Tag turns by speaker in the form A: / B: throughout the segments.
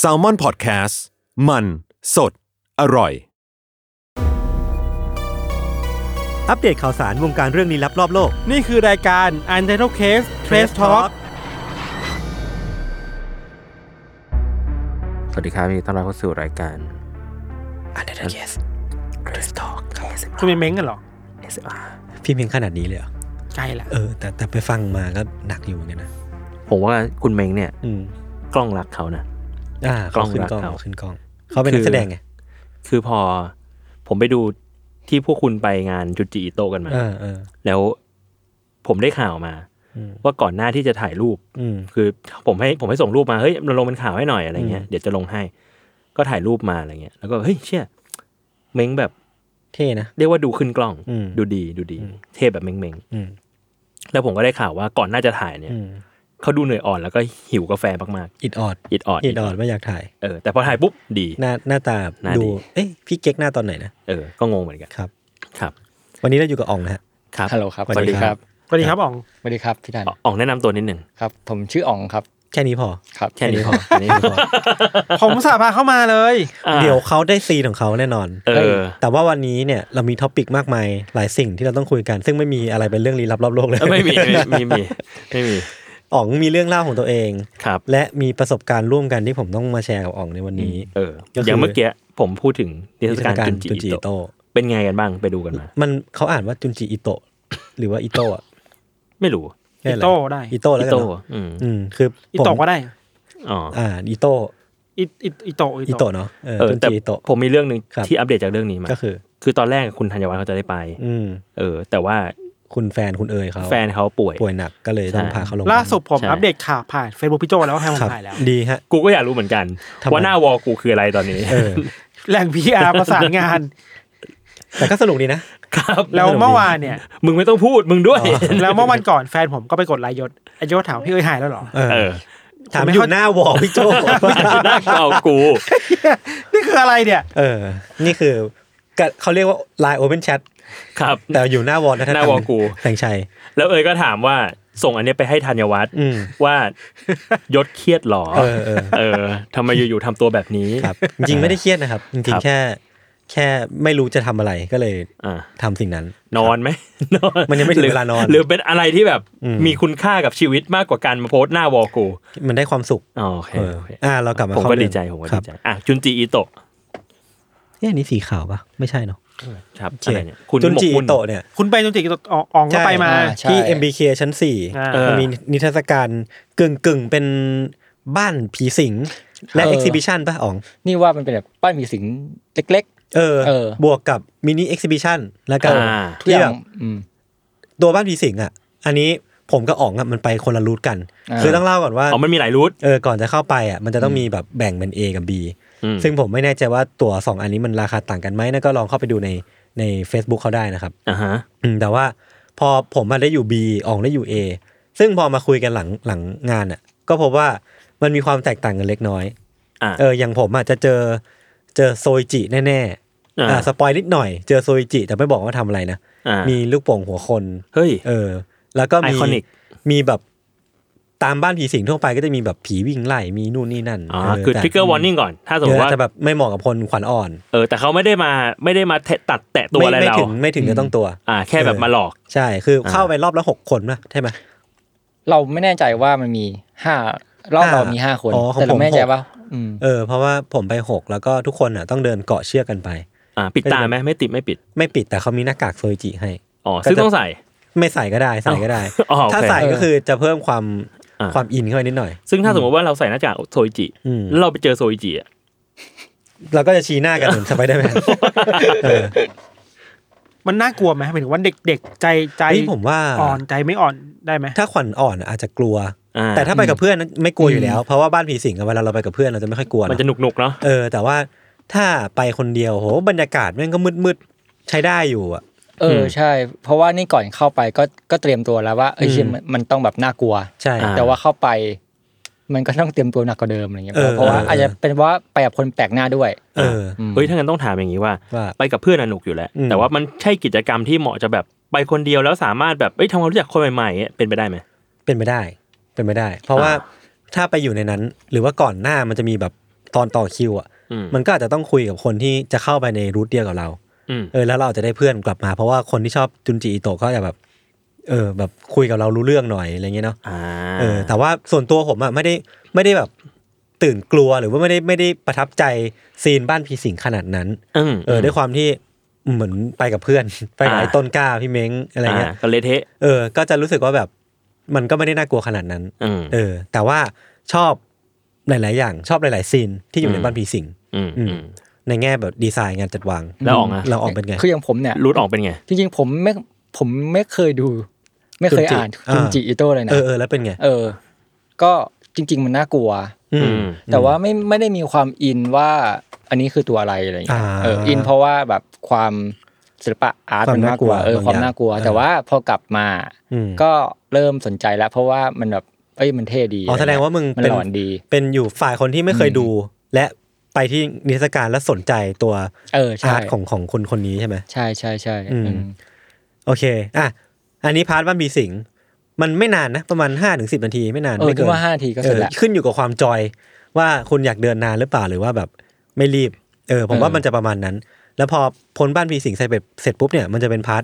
A: s a l ม o n PODCAST มันสดอร่อย
B: อัปเดตข่าวสารวงการเรื่องลี้ลับรอบโลก
C: นี่คือรายการ u n t i t l e Case Trace Talk
D: สวัสดีครับยินดีต้อนรับเข้าสู่รายการ
C: คุณเป็นเม้งกันเหรอ
B: พี่เพียงขนาดนี้เลยเหรอ
C: ใกล้ละ
B: เออ แต่แต่ไปฟังมาก็หนักอยู่เหมือนกันนะ
D: ผมว่าคุณเมงเนี่ย
B: อืม
D: กล้องรักเขานะ
B: อ่าก
D: ล้
B: เขา
D: อง
B: ขึ้น
D: รัก
B: กล้อง
D: เขา
B: เขาขึ้นกล้อง เขาเป็นนักแสดงไง
D: คือพอผมไปดูที่พวกคุณไปงานจุจิอิโตะกันมา
B: เออเออ
D: แล้วผมได้ข่าวมา
B: อืม
D: ว่าก่อนหน้าที่จะถ่ายรูป
B: อืม
D: คือผมให้ผมให้ส่งรูปมา เฮ้ยเราลงเป็นข่าวให้หน่อยอะไรเงี้ย
B: อืม
D: เดี๋ยวจะลงให้ ก็ถ่ายรูปมาอะไรเงี้ย แล้วก็เฮ้ยเชี่ยเม้งแบบ
B: เท่นะ
D: เรียกว่าดูขึ้นกล้อง
B: อืม
D: ดูดีดูดี เท่แบบเม้งเม้ง
B: อืม
D: แล้วผมก็ได้ข่าวว่าก่อนหน่าจะถ่ายเนี่ย
B: อืม
D: เขาดูเหนื่อยอ่อนแล้วก็หิวกาแฟมาก
B: อิดออด
D: ๆอิดออด
B: อิดออดว่าอยากถ่าย
D: เออแต่พอถ่ายปุ๊บดี
B: หน้าหน้าตา
D: หน้า
B: ดู
D: ดี
B: เอ้ยพี่เก๊กหน้าตอนไหนนะ
D: เออ ก็งงเหมือนกัน
B: ครับ
D: ครับ
B: วันนี้เราอยู่กับอ่องนะฮะ
D: ครับ
E: ฮัลโหลครับ
B: สวัสดีครับ
C: สวัสดีครับอ่อง
E: สวัสดีครับ พี่ทัน
D: อ๋องแนะนำตัวนิดหนึ่ง
E: ครับ ผมชื่ออ๋องครับ
B: แค่นี้พอ
E: ครับ
D: แค่นี้พอแค่นี้พอ
C: ผมอุตสาห์พาเข้ามาเลย
D: อ่ะ
B: เดี๋ยวเขาได้ซีนของเขาแน่นอน
D: เออ
B: แต่ว่าวันนี้เนี่ยเรามีท็อปิกมากมายหลายสิ่งที่เราต้องคุยกัน ซึ่งไม่มีอะไรเป็นเรื่องลี้ลับรอบโลกเลย
D: ไม่มีไม่มีไม่มีไม่มี
B: อ๋องมีเรื่องเล่าของตัวเอง
D: ครับ
B: และมีประสบการณ์ร่วมกันที่ผมต้องมาแชร์กับอ๋องในวันนี้
D: เออ
B: ก็คืออ
D: อย่างเมื่อกี้ผมพูดถึงนิทรรศการจุนจิ
B: จุนจิ
D: อิ
B: อิ
D: โตะ
B: โตะ
D: เป็นไงกันบ้างไปดูกันมา
B: มันเขาอ่านว่าจุนจิอิโตะหรือว่าอิโตะอะ
D: ไม่รู้
B: แน่เลย
C: อิโต้ได้
B: อิโตะแล้ว
D: อิ
B: กันเนอะ
D: โตะอืม
B: อืมคือ
C: อี
B: ผม
C: โตะก็ได้
D: อ๋อ
B: อ่าอิโตะ
C: อีอีอีโตะ
B: อิโตะเนาะเออ
D: เออ
B: จุน
D: แต่
B: จิอิโตะ
D: ผมมีเรื่องหนึ่ง
B: ครับ
D: ที่อัปเดตจากเรื่องนี้มา
B: ก็คือ
D: คือตอนแรกคุณธัญวัฒน์เขาจะได้ไป
B: อืม
D: เออ แต่ว่า
B: คุณแฟนคุณเอ๋ยเขา
D: แฟนเขาป่วย
B: ป่วยหนักก็เลยต้อง
D: ใช่
B: พาเขาลง
C: ล่าสุดผม
D: ใช่
C: อัปเดตข่าวผ่าน Facebook พี่โจแล้วว่าแฮมผ
B: ครั
C: ม
B: บ
C: ถ่ายแล้ว
B: ดีฮะ
D: กูก็อยากรู้เหมือนกัน
B: ทำไม
D: ว่าหน้าวอกูคืออะไรตอนนี้
B: เออ
C: แหล่ง PR ประสานงาน
B: แต่ก็สนุกดีนะ
D: ครับ
C: แล้วเมื่อวานเนี่ย
D: มึงไม่ต้องพูดมึงด้วย
B: อ๋อ
C: แล้วเมื่อวันก่อนแฟนผมก็ไปกดไลน์ยศไอายศถามพี่เอ้ยหายแล้วเหรอ
B: เออ
D: เออ
B: ถามอยู่หน้าวอลพี่โจ
D: หน้าเกากู
C: นี่คืออะไรเนี่ย
B: เออ นี่คือกะเขาเรียกว่า Line Open Chat
D: ครับ
B: แต่อยู่หน้าวอลนะ
D: หน้าวอลกู
B: แสงชัย
D: แล้วเอยก็ถามว่าส่งอันเนี้ยไปให้ธัญวัฒน์
B: อืม
D: ว่ายศเครียดหรอ
B: เออเออ
D: เออทำไมอยู่ๆทำตัวแบบนี้
B: ครับ จริงๆ ไม่ได้เครียดนะครับ จริ
D: ค
B: ง
D: รับ
B: ๆ แค่ แค่ไม่รู้จะทำอะไรก็เลย
D: อ่ะ
B: ทำสิ่งนั้น
D: นอนไหม นอน
B: มันยังไม่ถึง
D: หรื
B: เวลานอน
D: หรือเป็นอะไรที่แบบ
B: อืม
D: มีคุณค่ากับชีวิตมากกว่าการมาโพสต์หน้าวอกู
B: มันได้ความสุข
D: อ๋อโอเค
B: เออ
D: โอเค
B: อ่ะเรากลับมา
D: ผม
B: เข้า
D: ก็
B: เรื่อง
D: ดีใจผมก็
B: ครั
D: ดี
B: บ
D: ใจอ่ะจุนจีอิโตะ
B: เอ๊ะอันนี่สีขาวปะไม่ใช่เนาะ
D: ครับ
B: โอเค
D: อะไรเนี่ยคุณ
B: จุน
D: หมก
B: จิ
D: มุ่น
B: โตะเนี่ย
C: คุณไปจนจิกอ่องอ่องก็ไปมา
E: อ่า ใช่
B: ที่ MBK ชั้นสี่
C: อ่ามั
B: มันมีนิทรรศการกึ่งกึ่งๆ เป็นบ้านผีสิง และ
E: เออ
B: เอ็กซิบิชันป่ะอ๋อง
E: นี่ว่ามันเป็นแบบป้านมีสิงเล็ก
B: เออ
E: เออ
B: บวกกับมินิเอ็กซิบิชันแล้วก็
D: อ่า
E: ๆทุก
B: ที่
E: อ
B: แบ
E: ย่าง
B: บ
E: อืม
B: ตัวบ้านผีสิงอ่ะ อันนี้ผมกับอ๋องอ่ะมันไปคนละรูทกัน
E: อ่า
B: คือต้องเล่าก่อนว่า
D: อ๋อมันมีหลายรูท
B: เออก่อนจะเข้าไปอ่ะมันจะต้องมีแบบแบ่งเป็น A กับ B
D: อืม
B: ซึ่งผมไม่แน่ใจว่าตั๋วสองอันนี้มันราคาต่างกันไหมนะก็ลองเข้าไปดูในใน Facebook เขาได้นะครับ
D: อ่าฮะ
B: อืมแต่ว่าพอผมมาได้อยู่ B อ๋องได้อยู่ A ซึ่งพอมาคุยกันหลังหลังงานอ่ะ ก็พบว่ามันมีความแตกต่างกันเล็กน้อย
D: อ่า
B: เอออย่างผมอ่ะจะเจอเจอโซยจิแน่ๆ
D: อ่า
B: อ่าสปอยนิดหน่อยเจอโซยจิ แต่ไม่บอกว่าทำอะไรนะ
D: อ่า
B: มีลูกโป่งหัวคน
D: เฮ้ย
B: เออ แล้วก็มี
D: Iconic
B: มีแบบตามบ้านผีสิงทั่วไปก็จะมีแบบผีวิ่งไล่มีนู่นนี่นั่น
D: อ๋อคือ
B: เแต่
D: ทริกเกอร์วอร์นิ่งก่อน ถ้าสม
B: เอ
D: ม
B: อ
D: ติว่า
B: แต่แบบไม่เหมาะกับคนขวัญอ่อน
D: เออแต่เขาไม่ได้มาไม่ได้มาแตะตัดแตะตัวอะไร
B: ไม่
D: เรา
B: ถึงไม่ถึงจะต้องตัว
D: อ่า แค่แบบ
B: เออ
D: มาหลอก
B: ใช่ คือ
D: อ่า
B: เข้าไปรอบละหกคนนะใช่ไหม
E: เราไม่แน่ใจว่ามันมีห้ารอบ
B: ห้า
E: เรามีห้าคน
B: อ๋อของ
E: แต่
B: ผ
E: เรา
B: ม
E: ไม่แน่ใจ
B: หก
E: ว่าอืม
B: เออเพราะว่าผมไปหกแล้วก็ทุกคนอ่ะต้องเดินเกาะเชือกกันไป
D: อ่าปิดตาไหมไม่ติดไม่ปิด
B: ไม่ปิดแต่เขามีหน้ากากโซยจิให้
D: อ๋อซึ่งต้องใส่
B: ไม่ใส่ก็ได้ใส่ก็ได้
D: อ๋อโอเค
B: ถ้าใส่ก็คือจะเพิ่มความ
D: อ่า
B: ความอินเข้าไปนิดหน่อย
D: ซึ่งถ้าสมมติว่าเราใส่หน้ากากโซอิจิ
B: อืม
D: แล้วเราไปเจอโซอิจิอะ
B: เราก็จะชี้หน้ากันเหมือน สไปเดอร์แมน เออ
C: มันน่ากลัวไหมหมายถึงว่าเด็กๆ ใจใจ
B: เฮ้ยผมว่า
C: อ่อนใจไม่อ่อนได้ไหม
B: ถ้าขวัญอ่อนอาจจะกลัว
D: อ่า
B: แต่ถ้าไปกับเพื่อนไม่กลัวอยู่แล้ว เพราะว่าบ้านผีสิงอะเวลาเราไปกับเพื่อนเราจะไม่ค่อยกลัว
D: มันจะหนุกหนุกๆเนาะ
B: เออ แต่ว่าถ้าไปคนเดียวโหบรรยากาศแม่งก็มืดมืดๆใช้ได้อยู่อ่ะ
E: เออใช่ เพราะว่านี่ก่อนเข้าไปก็ก็เตรียมตัวแล้วว่าเอ้ย
B: อืม
E: เชี่ยมันมันต้องแบบน่ากลัว
B: ใช่
E: แต่ว่าเข้าไป มันก็ต้องเตรียมตัวหนักกว่าเดิมอะไรเงี้ย
B: เออ
E: เพราะว่า
B: เอออ
E: อาจจะเป็นว่าไปกับคนแปลกหน้าด้วย
B: เออ
E: ม
D: เฮ้ยถ้างั้นต้องถามอย่างนี้ว่า
B: ว่า
D: ไปกับเพื่อนอะหนุกอยู่แล้ว
B: อืม
D: แต่ว่ามันใช่กิจกรรมที่เหมาะจะแบบไปคนเดียวแล้วสามารถแบบเอ้ยทำความรู้จักคนใหม่ๆอะเป็นไปได้ไหม
B: เป็นไปได้ เป็นไปได้ เพราะว่า ถ้าไปอยู่ในนั้น หรือว่าก่อนหน้ามันจะมีแบบตอนต่อคิวอ่ะ
D: อืม
B: มันก็อาจจะต้องคุยกับคนที่จะเข้าไปในรูทเดียวกับเรา
D: อืม
B: เออแล้วเราอาจจะได้เพื่อนกลับมา เพราะว่าคนที่ชอบจุนจิอิโตะก็จะแบบ เออ แบบคุยกับเรารู้เรื่องหน่อยอะไรเงี้ยเนาะ
D: อ่า
B: เออแต่ว่าส่วนตัวผมอ่ะไม่ได้ไม่ได้แบบตื่นกลัวหรือว่าไม่ได้ไม่ได้ประทับใจซีนบ้านผีสิงขนาดนั้น
D: อืม
B: เออด้วยความที่เหมือนไปกับเพื่อน ไปกับ
D: อ่า
B: ไอ้ต้นกล้าพี่เม้งอะไรเงี้ย
D: าก็เละเทะ
B: เออ ก็จะรู้สึกว่าแบบมันก็ไม่ได้น่ากลัวขนาดนั้น
D: อืม
B: เออ แต่ว่าชอบหลาย ๆ อย่างชอบหลาย ๆ ซีนที่อยู่ใน
D: อืม
B: บ้านผีสิง
D: อืม
B: อื
D: อื
B: ม
D: ม
B: ในแง่แบบดีไซน์งานจัดวาง
D: แล้วออกมา
B: เราออกเป็นไง
E: คืออย่างผมเนี่ย
D: รูทออกเป็นไง
E: จริงๆผมไม่ผมไม่เคยดู ไม่เคย
B: จุนจิ
E: อ่าน
B: อ่า
E: จุนจิอิโต้เลยนะ
B: เออเออแล้วเป็นไง
E: เออ ก็จริง ๆ มันน่ากลัว
B: อืม
E: แต่ว่าไม่ไม่ได้มีความอินว่า อันนี้คือตัวอะไรอะไรอย่างเงี้ย
B: อ่า
E: เอออินเพราะว่าแบบความศิลปะอาร์ต
B: ความ
E: มันมากกว่า
B: น่ากลั
E: เออบ
B: วาง
E: ความ
B: อย่าง
E: น่ากลัว
B: เออ
E: แต่ว่าพอกลับมา
B: อืม
E: ก็เริ่มสนใจแล้ว เพราะว่ามันแบบเอ้ยมันเท่ดี
B: อ๋อแสดงว่ามึง
E: มัน
B: เป็น
E: หลอนดี
B: เป็นอยู่ฝ่ายคนที่ไม่เคยดู และไปที่นิทรรศการแล้วสนใจตัว
E: เออใช่
B: อาร์ตของของคนคนนี้ใช่ไหม
E: ใช่ใช่ใช่
B: อืม
E: อืม
B: โอเคอ่ะอันนี้พาร์ทบ้านผีสิง มันไม่นานนะ ประมาณ5้าถึงสินาทีไม่นาน
E: เออ
B: ไม่
E: คิ
B: เกิ
E: ดว่าห้าทีก็
B: เอ
E: เสร็จ
B: อ
E: ละ
B: ขึ้นอยู่กับความจอยว่าคุณอยากเดินนานหรือเปล่าหรือว่าแบบไม่รีบ เออผมว่า
E: เออ
B: มันจะประมาณนั้น แล้วพอพ้นบ้านผีสิงเสร็จเสร็จเสร็จปุ๊บเนี่ยมันจะเป็นพาร์ท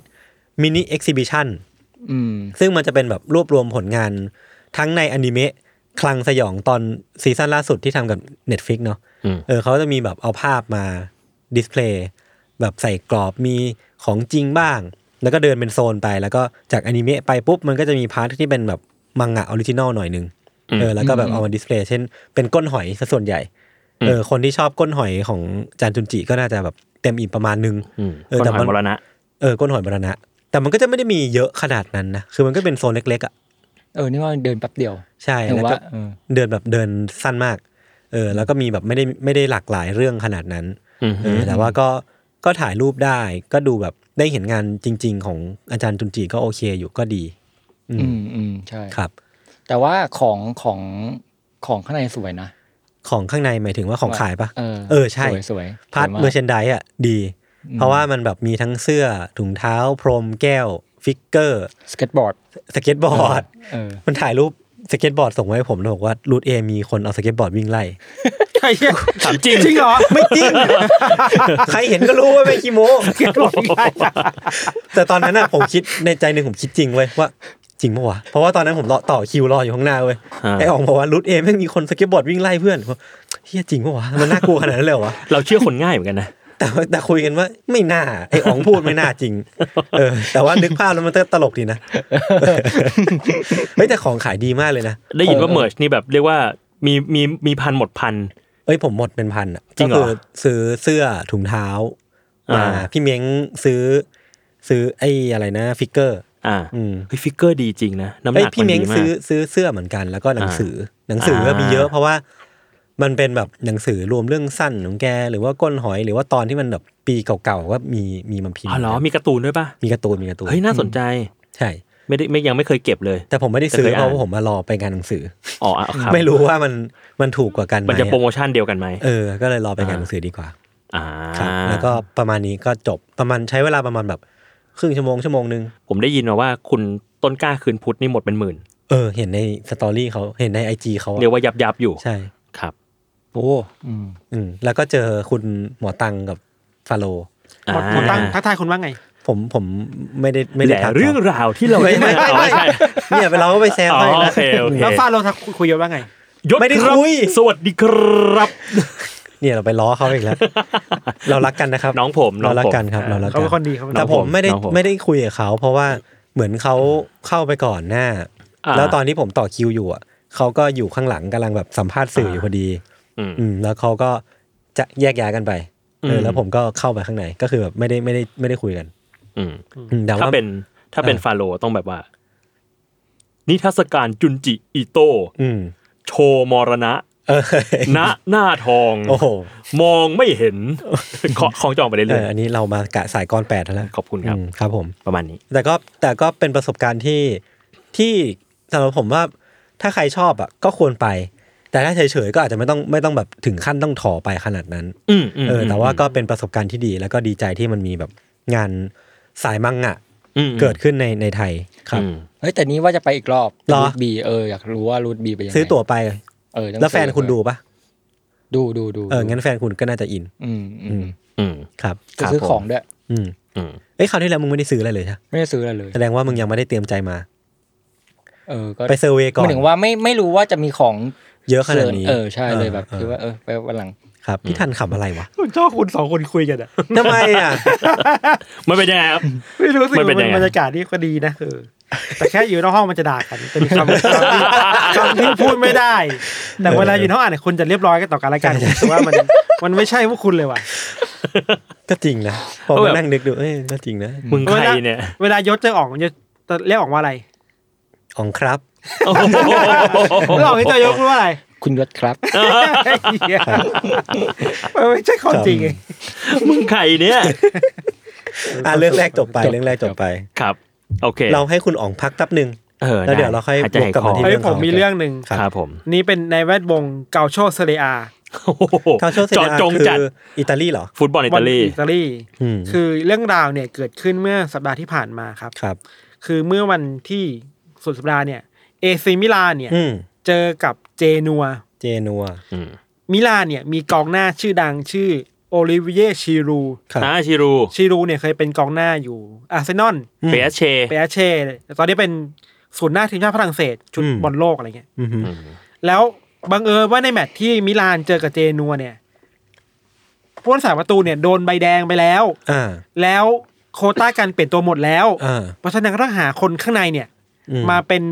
B: มินิเอ็กซิบิชัน
E: อืม
B: ซึ่งมันจะเป็นแบบรวบรวมผลงานทั้งในอนิเมะคลังสยองตอนซีซั่นล่าสุดที่ทำกับ Netflix เนาะ
D: อืม
B: เออเขาจะมีแบบเอาภาพมาดิสเพลย์แบบใส่กรอบมีของจริงบ้าง แล้วก็เดินเป็นโซนไป แล้วก็จากอนิเมะไปปุ๊บ มันก็จะมีพาร์ทที่เป็นแบบมังงะออริจินอลหน่อยหนึ่งเออแล้วก็แบบเอามาดิสเพลย์เช่นเป็นก้นหอยซะส่วนใหญ่เออคนที่ชอบก้นหอยของจานจุนจิก็น่าจะแบบเต็มอิ่มประมาณนึง
D: อืม
B: เออ
D: คน
B: แต่
D: หอ
B: มั
D: ย
B: น
D: มรณะ
B: เออก้นหอยบรณะ แต่มันก็จะไม่ได้มีเยอะขนาดนั้นนะคือมันก็เป็นโซนเล็กๆอ่ะ
E: เออ นี่ว่าเดินแป๊บเดียว
B: ใช่
E: นึก
B: แล้ว
E: ว่า
B: ก็
E: เออ
B: เดินแบบเดินสั้นมาก เออ แล้วก็มีแบบไม่ได้ไม่ได้หลากหลายเรื่องขนาดนั้น
D: อืม
B: เออแต่ว่าก็ก็ถ่ายรูปได้ ก็ดูแบบได้เห็นงานจริง ๆ ของอาจารย์จุนจีก็โอเคอยู่ก็ดี อื
E: อื
B: ม
E: มอืมใช่
B: ครับ
E: แต่ว่าของของของข้างในสวยนะ
B: ของข้างในหมายถึงว่าของขายปะ
E: เออ
B: เออใช่
E: สวยสวย
B: พาร์ท
E: สวยก
B: เมอร์เชนดายอ่ะดี เพราะว่ามันแบบมีทั้งเสื้อถุงเท้า พรมแก้ว ฟิกเกอร์
E: สเก็ตบอร์ด
B: สเก็ตบอร์ด
E: เออ
B: มันถ่ายรูปสเก็ตบอร์ดส่งมาให้ผมแล้วบอกว่ารูทเอมีคนเอาสเก็ตบอร์ดวิ่งไล่
C: ใช่
D: ถามจริง
C: จริงเหรอ
B: ไม่จริง ใครเห็นก็รู้ว่าไม่ขี้โม้ แต่ตอนนั้นน่ะผมคิดในใจหนึ่งผมคิดจริงเว้ยว่าจริงปะวะ เพราะว่าตอนนั้นผมรอต่อคิวรออยู่ข้างหน้าเว้ย
D: อ่า
B: ไออองบอกว่ารุดเอแม่งมีคนสเก็ตบอร์ดวิ่งไล่เพื่อนผมว่าเฮียจริงปะวะมันน่ากลัวขนาดนั้นเลยเหรอวะ
D: เราเชื่อคนง่ายเหมือนกันนะ
B: แต่ว่าแต่คุยกันว่าไม่น่าไออองพูดไม่น่าจริง เออ แต่ว่านึกภาพแล้วมันก็ตลกดีนะเฮ้ยแต่ของขายดีมากเลยนะ
D: ได้ยินว่า
E: เออ
D: เมิร์ชนี่แบบเรียกว่ามีมีมีพันหมดพัน
B: เอ้ยผมหมดเป็นพันอ่ะ
D: จริงเหรอ
B: ก็คืซื้อเสื้อถุงเท้ามา
D: อ่า
B: พี่เม้งซื้อ ซื้อไอ้อะไรนะฟิกเกอร์
D: อ่า
B: อืม
D: เฮ้ยฟิกเกอร์ดีจริงนะ น้ำห
B: เอ้ย
D: นัก
B: พี่
D: มัน
B: เม้ง
D: ดีมา
B: ซื้อก ซื้อเสื้อเหมือนกันแล้วก็หนังสืออหนังสือก็
D: อ่ามี
B: มีเยอะ เพราะว่ามันเป็นแบบหนังสือรวมเรื่องสั้นของแก หรือว่าก้นหอยหรือว่าตอนที่มันแบบปีเก่าๆก็มีมีมันพิมพ์
D: อ๋อเหรอ มีการ์ตูนด้วยป่ะ
B: มีการ์ตูนมีการ์ตูน
D: เฮ้ย น่าสนใจ
B: ใช่
D: ไม่ได้ไม่ยังไม่เคยเก็บเลย
B: แต่ผมไม่ได้ซื้อ
D: แต่เคย
B: เพ
D: อ่าน
B: ราะว่าผมมารอไปงานหนังสือ
D: อ๋ออ่ะครับ
B: ไม่รู้ว่ามันมันถูกกว่ากันไหม
D: มันจะโปรโมชั่นเดียวกันไหม
B: เออ ก็เลยรอไปงาน
D: อ่า
B: หนังสือดีกว่า
D: อ่า
B: ครับแล้วก็ประมาณนี้ก็จบประมาณใช้เวลาประมาณแบบครึ่งชั่วโมงชั่วโมงนึง
D: ผมได้ยินมาว่าคุณต้นกล้าคืนพุทธนี่หมดเป็นหมื่น
B: เออ เห็นในสตอรี่เขาเห็นในไอจีเขาอะ
D: เรียกว่ายับยับอยู่
B: ใช่
D: ครับ
B: โอ้
E: อืม
B: อืมแล้วก็เจอคุณหมอตังกับฟาโล
C: ห
D: อ่า
C: มดหมดตั้งทักทายคนว่าไง
B: ผมผมไม่ได้ไม่ได้
D: แต่
B: ทัก
D: เรื่องราวที่เรา
B: ไม่
D: ด้
B: ไม่ไม่
D: อ๋อ
B: ไม่
D: ใช่
B: เนี่ยเราก็ไปแซว
D: อ๋อ
B: ให้
D: โอ
B: นะ
D: เคโอเค
C: แล้วฟาโรทักคุยกันว่าไง
D: ยศ
B: ไม่ได้
D: รับ
B: คุย
D: สวัสดีครับ
B: เนี่ยเราไปล้อเขาอีกแล้ว เรารักกันนะครับ
D: น้องผมน้
B: เรา
D: องผม
B: รักกันครับ เรารัก
C: เขาเป็นค
B: กัน
C: นดีเขาเป็น
B: แต่
C: คน
B: ผมไม่ได้
D: น้องผม
B: ไม่ได้คุยกับเขาเพราะว่าเหมือนเขาเข้าไปก่อนหน้า
D: อ่า
B: แล้วตอนที่ผมต่อคิวอยู่อ่ะเขาก็อยู่ข้างหลังกำลังแบบสัมภาษณ์สื่ออยู่พอดี
D: อืม
B: อืมแล้วเขาก็จะแยกย้ายกันไปเออ
D: ม
B: อแล้วผมก็เข้าไปข้างในก็คือแบบไม่ได้ไม่ได้ไม่ได้คุยกัน
D: อืม
B: อืมแต่
D: ถ้า
B: ว่า
D: เป็นถ้าเป็น
B: อ่า
D: ฟาโรห์ต้องแบบว่า นิทรรศการจุนจิอิโต้
B: อืม
D: โชว์มร ณะ
B: เอ อ
D: ณหน้าทอง
B: โอ้โห
D: มองไม่เห็น ขอของจองไปเรื่
B: เอ
D: อ
B: อยอันนี้เรามากะสายกรแปดแล้วนะ
D: ๆขอบคุณครับ
B: อืมครับผม
D: ประมาณนี้
B: แต่ก็แต่ก็เป็นประสบการณ์ที่ที่สำหรับผมว่าถ้าใครชอบอ่ะก็ควรไป แต่ถ้าเฉยๆก็อาจจะไม่ต้องไม่ต้องแบบถึงขั้นต้องถอไปขนาดนั้น
D: อืมม
B: เออ แต่ว่าก็เป็นประสบการณ์ที่ดี แล้วก็ดีใจที่มันมีแบบงานสายมังงะ
D: อืมอืม
B: เกิดขึ้นในในไทยครับ
D: อืม
E: เฮ้ยแต่นี้ว่าจะไปอีกรอบ
B: เหรอ
E: บีเอออยากรู้ว่ารูทบีไปยังไง
B: ซื้อตั๋วไป
E: เออหนังสือ
B: แล้วแฟนคุณดูปะ
E: ดูดูดู
B: เอองั้นแฟนคุณก็น่าจะอิน
E: อืมอืม
D: อืม
B: ครับ
E: จะซื้อของด้วย
B: อืม
D: อืม
B: เอ้ยคราวที่แล้วมึงไม่ได้ซื้ออะไรเลยใช่ปะ
E: ไม่ได้ซื้ออะไรเลย
B: แสดงว่ามึงยังไม่ได้เตรียมใจมา
E: เออก็
B: ไปเซอร์เวย์ก่อน
E: หมายถึงว่าไม่ไม่รู้ว่าจะมีของ
B: เยอะขนาดนี้
E: เออใช่เลยแบบ
B: ออ
E: คือว่าเออไปวันหลัง
B: ครับพี่ทันขำอะไรวะ
C: คุณชอบคุณสองคนคุยกันอ่ะ
B: ทำไมอ่ะ
D: มันเป็นยังไงครับ
C: ไม่รู้สิ
D: มัน
C: มั
D: เป็
C: น น
D: ยังไง
C: บรรยากาศนี่ก็ดีนะเออแต่แค่อยู่นอกห้องมันจะด่ากันเป็นคำคำที่คำที่พูดไม่ได้ แต่เวลาอยู่นอกอ่านเนี่ยคนจะเรียบร้อยกันต่อกันและกันผมรู้สึกว่ามันมันไม่ใช่พวกคุณเลยว่ะ
B: ก็จริงนะพอ
D: ก็
B: มา
D: แบบ
B: นั่งนึกดูเอ้ยก็จริงนะ
D: มึงใครเนี่ย
C: เวลายศจะออกมันจะเรียกออกว่าอะไร
B: อ๋องครับ
D: โอ้โห
C: เรียกออกที่จะยศว่าอะไร
E: คุณยศครับ
C: ไอ้เหี้ยมันไม่ใช่ของจริงไง
D: มึงใครเนี่ย
B: อ่ะเรื่องแรกจบไป
E: จบ
B: เรื่องแรกจบไป
D: ครับ โอเค
B: เราให้คุณอ๋องพักแป๊บหนึ่ง
D: เออ
B: แล้วเดี๋ยวเราค่อย
D: หใจ
B: วกกลับมาที่
C: เฮ้ย
B: เรื่อง
C: ผ
B: ขอ
C: ม
B: ง
C: มีเรื่องหนึ่ง
D: คอครับผม
C: นี่เป็นในแวดวงเกาโชเซเรียอา
D: โอ้โห
B: คาโชเซ
D: เจาะ
B: เรีย
D: จงจัด
B: คืออิตาลีเหรอ
D: ฟุตบอลอิตาลี
C: อิตาลี
B: อืม
C: คือเรื่องราวเนี่ยเกิดขึ้นเมื่อสัปดาห์ที่ผ่านมาครับ
B: ครับ
C: คือเมื่อวันที่สุดสัปดาห์เนี่ยเอซิมิลานเนี่ย
B: อืม
C: เจอกับเจนัว
B: เจนัว
D: อืม
C: มิลานเนี่ยมีกองหน้าชื่อดังชื่อโอลิเวียชิรู
B: ครับ
D: นะชิรู
C: ชิรูเนี่ยเคยเป็นกองหน้าอยู่อาร์เซนอล
B: อืม
D: เปียเช
C: เปอาเช่ตอนนี้เป็นศูนย์หน้าทีมชาติฝรั่งเศสชุด
B: อืม
C: บอลโลกอะไรเงี้ย
B: อืมฮึ
C: แล้วบังเอิญว่าในแมตช์ที่มิลานเจอกับเจนัวเนี่ยผู้รักษาประตูเนี่ยโดนใบแดงไปแล้ว
B: อ่า
C: แล้วโควต้าการเปลี่ยนตัวหมดแล้ว
B: อ่า
C: เพราะฉะนั้นก็ต้องหาคนข้างในเนี่ย
B: อื
C: มาเป็น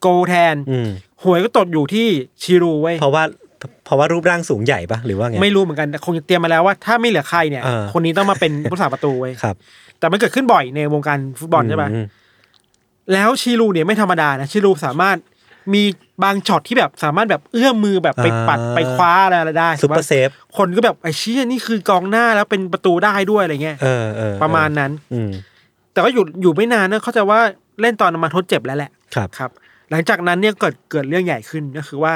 C: โกลแทน
B: อืม
C: หวยก็ตกอยู่ที่ชิรูเว้ย
B: เพราะว่าเพราะว่ารูปร่างสูงใหญ่ปะหรือว่าไง
C: ไม่รู้เหมือนกันแต่คงจะเตรียมมาแล้วว่าถ้าไม่เหลือใครเนี่ย
B: เออ
C: คนนี้ต้องมาเป็น ผู้รักษาประตูเว้ย
B: ครับ
C: แต่มันเกิดขึ้นบ่อยในวงการฟุตบอลใช่ปะ
B: อืม
C: แล้วชิรูเนี่ยไม่ธรรมดานะชิรูสามารถมีบางช็อตที่แบบสามารถแบบเอื้อมมือแบบไปปัดไปคว้าอะไรได้
B: ซู
C: ใช่
B: เปอ
C: ปะ
B: ร์เซฟ
C: คนก็แบบไอ้เชี่ยนี่คือกองหน้าแล้วเป็นประตูได้ด้วยอะไรเงี้ย
B: เออเออ
C: ประมาณนั้น
B: อืม
C: แต่ก็อยู่อยู่ไม่นานนะเขาใจะว่าเล่นตอนประมาณทดเจ็บแล้วแหละ
B: ครับ
C: ครับหลังจากนั้นเนี่ยเกิดเกิดเรื่องใหญ่ขึ้นก็คือว่า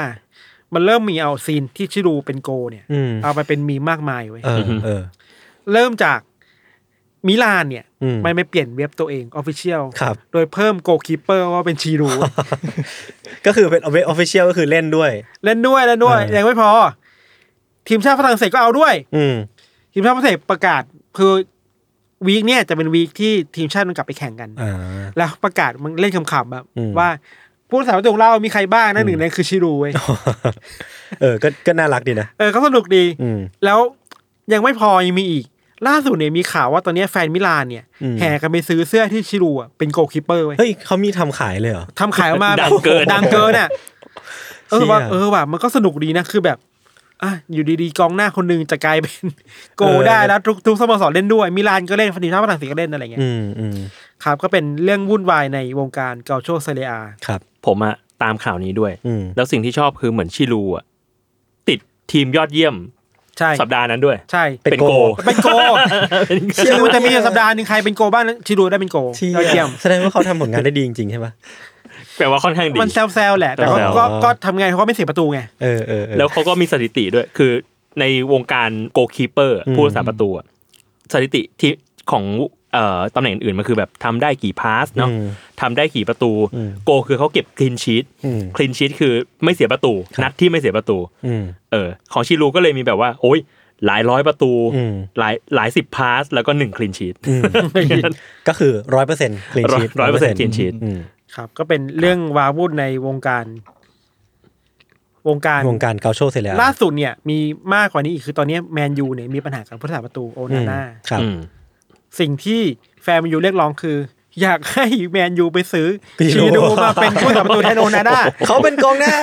C: มันเริ่มมีเอาซีนที่ชิรูเป็นโกเนี่ย
B: อืม
C: เอาไปเป็นมีมมากมายเว้ย
B: เออเออ
C: เริ่มจากมิลานเนี่ย
B: อืม
C: มันไม่เปลี่ยนเว็บตัวเองออฟฟิเชียล
B: ครับ
C: โดยเพิ่มโกคีเปอร์ว่าเป็นชิ รู
B: ก็คือเป็นออฟฟิเชียลก็คือเล่นด้วย
C: เล่นด้วยเล่นด้วย
B: เออ
C: ยังไม่พอ ทีมชาติฝรั่งเศสก็เอาด้วย
B: อืม
C: ทีมชาติฝรั่งเศสประกาศคือวีคเนี่ยจะเป็นวีคที่ทีมชาติมันกลับไปแข่งกัน
B: อ่า
C: แล้วประกาศมันเล่นคำๆแบบ
B: อืม
C: ว่าผู้รักษาประตูของเรามีใครบ้างนะหนึ่งในนั้นคือชิรูเว้ย
B: เออก็ก็น่ารักดีนะ
C: เออก็สนุกดี
B: อืม
C: แล้วยังไม่พอยังมีอีก ล่าสุดเนี่ยมีข่าวว่าตอนเนี้ยแฟนมิลานเนี่ย
B: อืม
C: แห่กันไปซื้อเสื้อที่ชิรูอะเป็นโกลคิปเปอร์ไว้ย
B: เฮ้ยเขามีทำขายเลยเหรอ
C: ทำขายออกมาแบบ
D: ดังเกิน
C: ดังเกินอ่ะเออ
B: เชี่ย
C: ว่าเออว่ะมันก็สนุกดีนะคือแบบอ่ะอยู่ดีๆกองหน้าคนหนึงจะกลายเป็น โกลได้แล้วทุกทุกสโมสรเล่นด้วยมิลานก็เล่นทีมชาติฝรั่งเศสก็เล่นอะไรเงี้ย
B: อืมอืม
C: ครับก็เป็นเรื่องวุ่นวายในวงการเกาโชเซเรียอา
B: ครับ
D: ผมอะตามข่าวนี้ด้วย
B: อืม
D: แล้วสิ่งที่ชอบคือเหมือนชิรูอะติดทีมยอดเยี่ยม
C: ใช่
D: สัปดาห์นั้นด้วย
C: ใช่
D: เป็นโก
C: เป็นโกชิรูจะมีอยู่สัปดาห์หนึ่งใครเป็นโกบ้างนะชิรูได้เป็นโก
B: ที่
C: ยอดเยี่ยม
B: แสดงว่าเขาทำผลงานได้ดีจริงๆใช่ปะ
D: แปลว่าค่อนข้างดี
C: มันแซวๆแหละ แต่ก็
D: แซว
C: ก็
B: อ๋อ
C: ก็ทำไงเขาก็ไม่เสียประตูไง
B: เออเออเออ
D: แล้วเขาก็มีสถิติด้วย คือในวงการโกคีเปอร์
B: อืม
D: ผู้รักษาประตูอะสถิติที่ของเอ่อตำแหน่งอื่นๆมันคือแบบทำได้กี่พาสเนาะ
B: อืม
D: ทำได้กี่ประตู
B: อืม
D: โกคือเขาเก็บคลีนชีต
B: อืม
D: คลีนชีตคือไม่เสียประตู
B: ครับ
D: นัดที่ไม่เสียประตู
B: อืม
D: เออ ของชิรูก็เลยมีแบบว่า โอ้ยหลายร้อยประตู
B: อืม
D: หลายหลายสิบพาสแล้วก็หนึ่งคลีนชีต
B: อืมก็คือร้อยเปอร์เซ็นต์คลีนชี
D: ร้อยเปอร์เซ็นต์คลีนชีต
B: อืม
C: ครับ ก็เป็นเรื่องวาวุ่นในวงการ วงการ
B: วงการเกาโชเสร็จแล้ว
C: ล่าสุดเนี่ย มีมากกว่านี้อีกคือตอนนี้แมนยูเนี่ยมีปัญหากับผู้รักษาประตูโอ
B: อื
C: นาม น่า
B: ครับ
D: อืม
C: สิ่งที่แฟนแมนยูเรียกร้องคือ อยากให้แมนยูไปซื้อ
B: ปีโร่
C: ชีดูมาเป็นผู้รักษาประตูแทนโอนา น่า
B: เขาเป็นกองหน้า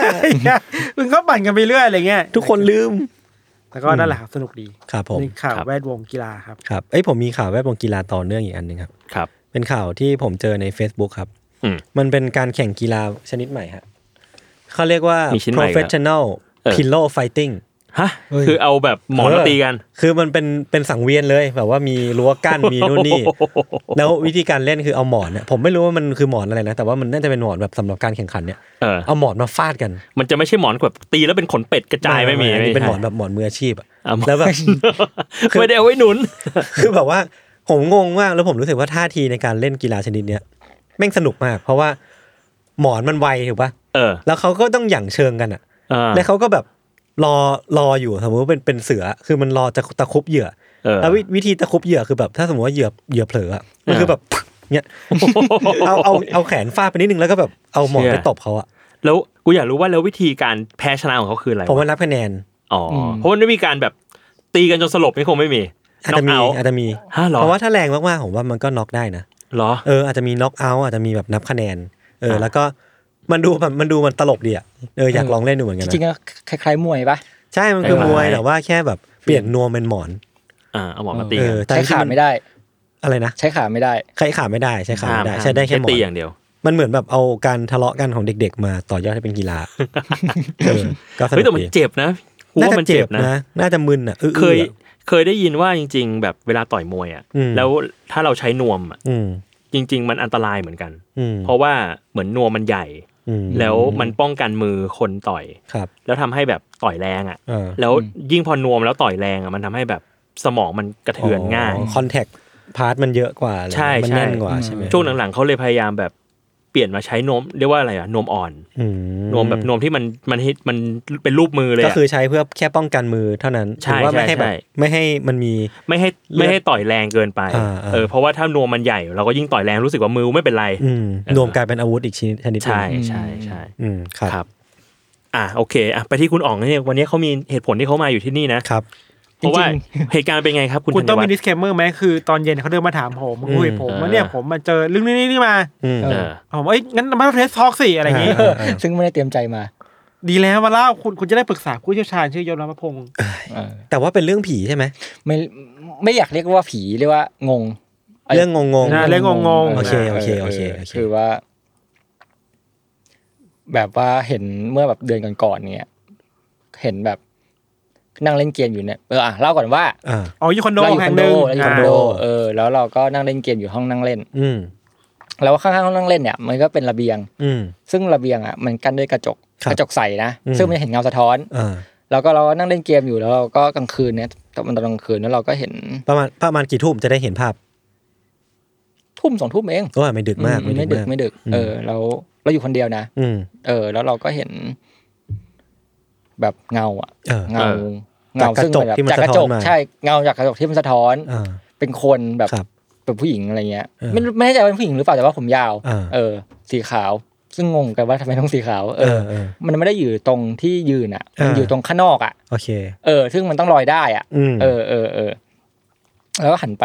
C: มึงก็ปั่นกันไปเรื่อยอะไรเงี้ย
B: ทุกคนลืม
C: แล้วก็นั่นแหละครับสนุกดี
B: ครับผม
C: นี่ข่าว
D: ครับ
C: แวดวงกีฬาครับ
B: ครับ เอ้ยผมมีข่าวแวดวงกีฬาต่อเนื่องอีกอันหนึ่งครับ
D: ครับ
B: เป็นข่าวที่ผมเจอใน Facebook ครับ
D: อืม
B: มันเป็นการแข่งกีฬาชนิดใหม่ฮะเขาเรียกว่า
D: มีชนิดใหม่อีกแล้ว
B: professional
D: เออ
B: pillow fighting
D: ฮะ คือเอาแบบหมอนมาตีกัน
B: คือมันเป็นเป็นสังเวียนเลยแบบว่ามีรั้ว กั้นมีนู่นนี่ แล้ววิธีการเล่นคือเอาหมอนเนี่ยผมไม่รู้ว่ามันคือหมอนอะไรนะ แต่ว่ามันน่าจะเป็นหมอนแบบสำหรับการแข่งขันเนี่ย
D: เออ
B: เอาหมอนมาฟาดกัน
D: มันจะไม่ใช่หมอนแบบตีแล้วเป็นขนเป็ดกระจายไม่มี
B: อันนี้
D: ไใช่
B: เป็นหมอนแบบหมอนมืออาชีพอะ
D: อ่ะหมอน
B: แล้วแบบ
D: ไม่ได้เอาไว้หนุน
B: คือแบบว่าผมงงมากแล้วผมรู้สึกว่าท่าทีในการเล่นกีฬาชนิดเนี้ยแม่งสนุกมาก เพราะว่าหมอนมันไวถูกปะ
D: เออ
B: แล้วเขาก็ต้องหยั่งเชิงกันอะ
D: เออ
B: แล้วเขาก็แบบรอรออยู่สมมติว่าเป็นเป็นเสือ คือมันรอจะตะครุบเหยื่อ
D: เออ
B: แล้ววิวิธีตะครุบเหยื่อคือแบบ ถ้าสมมติว่าเหยื่อเหยื่อเผลออะมันคือ
D: เออ
B: แบบ เนี่ยเอาเอาเอาแขนฟาดไปนิดนึงแล้วก็แบบเอาหมอนไปตบเขาอะ
D: แล้วกูอยากรู้ว่าแล้ววิธีการแพ้ชนะของเขาคืออะไรวะ
B: ผมว่านับคะแนน
D: อ๋ออ
E: ม
D: เพราะมันไม่มีการแบบตีกันจนสลบนี่คงไม่มี
B: อาจจะมี
D: Knock out
B: อาจจะมี
D: ฮะเหรอ
B: เพราะว่าถ้าแรงมากๆผมว่ามันก็น็อกได้นะ
D: เหรอ
B: เอออาจจะมีน็อกเอาท์อาจจะมีแบบนับคะแนน เออ
D: อ่า
B: แล้วก็มันดูมันมันดูมันตลกดีอ่ะเอออยาก
E: เออ
B: ลองเล่นดูเหมือน
E: จ
B: กัน
E: ริง
B: นะ
E: ๆก็คล้ายๆมวยปะ
B: ใช่มันคือมวย
D: คล้ายๆ
B: แต่ว่าแค่แบบเปลี่ยนนวมเป็นหมอน
D: อ่าเอาหมอนมาตี
B: เอ
D: กั
B: อ
D: น
B: แต่
E: ใช้ขาไม่ได้
B: อะไรนะ
E: ใช้ขาไม่ได้
B: ใช้ขาไม่ได้ใช้ขาไม่ได้ ใช้ได้แค่หมอ
D: ตีอน ย่างเดียว
B: มันเหมือนแบบเอาการทะเลาะกันของเด็ก ๆ มาต่อยอดให้เป็นกีฬาเออก็ส
D: เฮ้ย
B: นุ
D: แต่
B: ก
D: มัน
B: ดี
D: เจ็บนะกู
B: น่า
D: ว่ามั
B: จะ
D: น
B: เจ็
D: เจ็
B: บบ
D: นะ
B: นะ น่าจะมึนอ่ะอื้อๆ
D: เคย
B: อะ
D: เคยได้ยินว่าจริง ๆ แบบเวลาต่อยมวยอ่ะ
B: อืม
D: แล้วถ้าเราใช้นวมอ่ะ
B: อืม
D: จริง ๆ มันอันตรายเหมือนกัน
B: อืม
D: เพราะว่าเหมือนนวมมันใหญ่
B: อืม
D: แล้วมันป้องกันมือคนต่อย
B: ครับ
D: แล้วทำให้แบบต่อยแรงอ่ะ
B: เออ
D: แล้วยิ่งพอนวมแล้วต่อยแรงอ่ะมันทำให้แบบสมองมันกระเทือนง่าย
B: คอนแทคพาร์ทมันเยอะกว่าอะไร
D: ใช่
B: มัน
D: ใช่
B: แน่นกว่าใช่ไหม
D: ช่วงหลังๆเขาเลยพยายามแบบเปลี่ยนมาใช้นวมเรียกว่าอะไรอ่ะนวมอ่อน
B: อื
D: นวมแบบนวมที่มันมันให้มันเป็นรูปมือเลย
B: ก็
D: อะ
B: คือใช้เพื่อแค่ป้องกันมือเท่านั้น
D: ใช่
B: ถืว่าไม่
D: ใช่
B: ให้แบบ
D: ใช่
B: ไม่ให้มันมี
D: ไม่ให้
B: เลือด
D: ไม่ให้ต่อยแรงเกินไป
B: อ่าอ่า
D: เออเพราะว่าถ้านวมมันใหญ่ เราก็ยิ่งต่อยแรงรู้สึกว่ามือไม่เป็นไร
B: อืม
D: เออ
B: รวมกลายเป็นอาวุธอีกชนิดชนิดหนึ่ง
D: ใช่ใช่ใช่
B: อืมครับ
D: ครับ อ่ะโอเคอ่ะไปที่คุณอ๋องเนี่ยวันนี้เขามีเหตุผลที่เขามาอยู่ที่นี่นะ
B: ครับ
D: เพราะว่า
E: จริง
D: เหตุการณ์เป็นไงครับคุณ
C: คุณต้องมี
D: ธัญวัฒน์
C: disclaimer ไหมคือตอนเย็นเขาเดินมาถามผม
B: อืม
C: คุยกับผมว่าเนี่ย
D: เออ
C: ผมมาเจอเรื่องนี้นี่นี่มา
B: อืม
E: เอ
D: เออ
C: ผมเอ้ยงั้นมาเทสทอกสิอะไรอย่างงี้
B: เออ
E: ซึ่งไม่ได้เตรียมใจมา
C: ดีแล้วมาเล่าคุณคุณจะได้ปรึกษาผู้เชี่ยวชาญชื่อยศรัตนพงศ์
E: เออ
B: แต่ว่าเป็นเรื่องผีใช่ไหม
E: ไม่ไม่อยากเรียกว่าผีเรียกว่างง
B: เรื่องงง
C: ะ เรื่องงงๆ
B: โอเคโอเคโอเคโอเค
E: คือว่า แบบว่าเห็นเมื่อแบบเดือนก่อนๆเนี่ยเห็นแบบนั่งเล่นเกมอยู่เนี่ยเอออ่ะเล่าก่อนว่า
B: ๆอ่า
C: อ๋ออยู่คอนโด
E: เราอยู่
C: แห่
E: คอง
C: ห
E: นโด
C: นึ่ง
E: เราอยู่คอนโดเออแล้วเราก็นั่งเล่นเกมอยู่ห้องนั่งเล่น
B: อืม
E: แล้วข้างๆห้องนั่งเล่นเนี่ย มันก็เป็นระเบียง
B: อืม
E: ซึ่งระเบียงอ่ะมันกั้นด้วยกระจก
B: ครับ
E: กระจกใสนะ
B: อืม
E: ซึ่งมันเห็นเงาสะท้อน
B: อ่า
E: แล้วก็เรานั่งเล่นเกมอยู่แล้วเราก็กลางคืนเนี่ยตอนมันตอนกลางคืนแล้วเราก็เห็น
B: ประมาณประมาณกี่ทุ่มจะได้เห็นภาพ
E: ทุ่มสองทุ่มเอง
B: โอ้ยไม่ดึกมาก
E: อืไม่ดึก
B: มาก
E: ไม่ดึก
B: อืม
E: เออเราเราอยู่คนเดียวนะ
B: อืม
E: เออ แล้วเราก็เห็น แบบเงาอ่ะ
B: เออ
E: เงา
D: เออ
E: เงา
B: จากกระ
E: ซึ่ง
B: จก
E: แบบ
B: ที่มัน
E: จากกระจ
B: สะท้อก นมา
E: ใช่เงาจากกระจกที่มันสะท้อน
B: อ่า
E: เป็นคนแบบ
B: ครับ
E: เป็นผู้หญิงอะไรเงี้ย
B: เออ
E: ไม่ไม่แน่ใจว่าเป็นผู้หญิงหรือเปล่าแต่ว่าผมยาว
B: อ่า
E: เออ สีขาว ซึ่งงงกันว่าทำไมต้องสีขาว
B: เอ
E: เอ
B: อ
E: อ
B: เออ
E: มันไม่ได้อยู่ตรงที่ยืนอ่ะ มัน
B: อ่า
E: อยู่ตรงข้างนอกอ่ะ
B: โอเค
E: เออ ซึ่งมันต้องลอยได้อ่ะ
B: อืม
E: เออเออเออ แล้วก็หันไป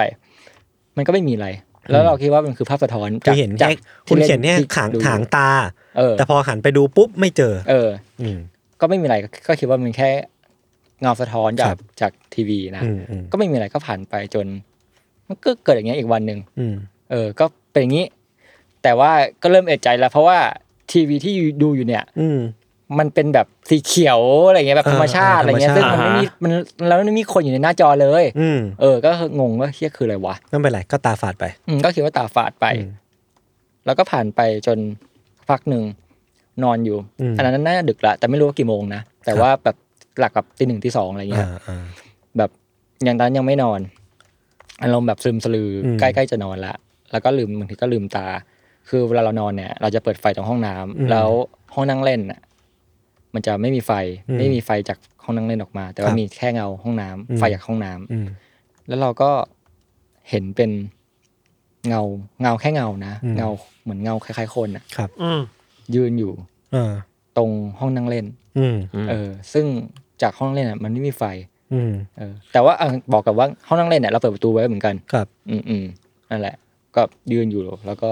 E: มันก็ไม่มีอะไร แล้วเราคิดว่ามันคือภาพสะท้อน
B: คื
E: จาก
B: อเห็น
E: จาก
B: แค่คุณ
E: ที่ล่
B: เขียนเนี่ย
E: ที่
B: ขาง
E: ดู
B: ถางตา
E: เออ
B: แต่พอหันไปดูปุ๊บไม่เจอ
E: เออ
B: อืม
E: ก็ไม่มีอะไร ก็คิดว่ามันแค่เงาสะท้อนจา
B: ครั
E: ก
B: บ
E: จากทีวีนะ
B: อืมอืม
E: ก็ไม่มีอะไรก็ผ่านไปจน มันก็เกิดอย่างเงี้ยอีกวันหนึ่ง
B: อืม
E: เออ ก็เป็นอย่างนี้ แต่ว่าก็เริ่มเอะใจแล้ว เพราะว่าทีวีที่ดูอยู่เนี่ย
B: อืม
E: มันเป็นแบบสีเขียวอะไรเงี้ยแบบ
B: เออ
E: ธรรมชาติอะไรเงี้
B: ธ
E: ย
B: รรม
E: ซึ่ง
B: ชาติ
E: มันไม่มีมันแล้วไม่มีคนอยู่ในหน้าจอเลย
B: อืม
E: เออ ก็งงว่าเฮียคืออะไรวะ
B: ไม่เป็นไรก็ตาฝาดไป
E: อืมก็คิดว่าตาฝาดไป
B: อืม
E: แล้วก็ผ่านไปจนพักหนึ่งนอนอยู่
B: อืม
E: อันนั้นน่าจะดึกละแต่ไม่รู้ว่ากี่โมงนะแต่ว่าแบบหลักกับตีหนึ่งตีสองอะไรเงี้ย
B: อ่าอ่า
E: แบบอย่างตอนนั้นยังไม่นอนอารมณ์แบบซึมสลืออ
B: ม
E: ใกล้ๆจะนอนละแล้วก็ลืมบางทีก็ลืมตา คือเวลาเรานอนเนี่ย เราจะเปิดไฟตรงห้องน้ำ
B: อืม
E: แล้วห้องนั่งเล่นน่ะ มันจะไม่มีไฟ
B: อืม
E: ไม่มีไฟจากห้องนั่งเล่นออกมา แต่
B: ค
E: ว่า
B: รับ
E: มีแค่เงาห้องน้ำ
B: อืม
E: ไฟจากห้องน้ำ
B: อืม
E: แล้วเราก็เห็นเป็นเงาเงาแค่เงานะ
B: อืม
E: เงาเหมือนเงาคล้ายๆคนน่ะ
B: ครับ
C: อืม
E: ยืนอยู่
B: อ่า
E: ตรงห้องนั่งเล่น
B: อืม
D: อืม
E: เออ ซึ่งจากห้องนั่งเล่นอ่ะมันไม่มีไฟ
B: อืม
E: เออ แต่ว่าอ่ะบอกกับว่าห้องนั่งเล่นเนี่ยเราเปิดประตูไว้เหมือนกัน
B: ครับ
E: อืมอืมนั่นแหละ ก็ยืนอยู่แล้วก็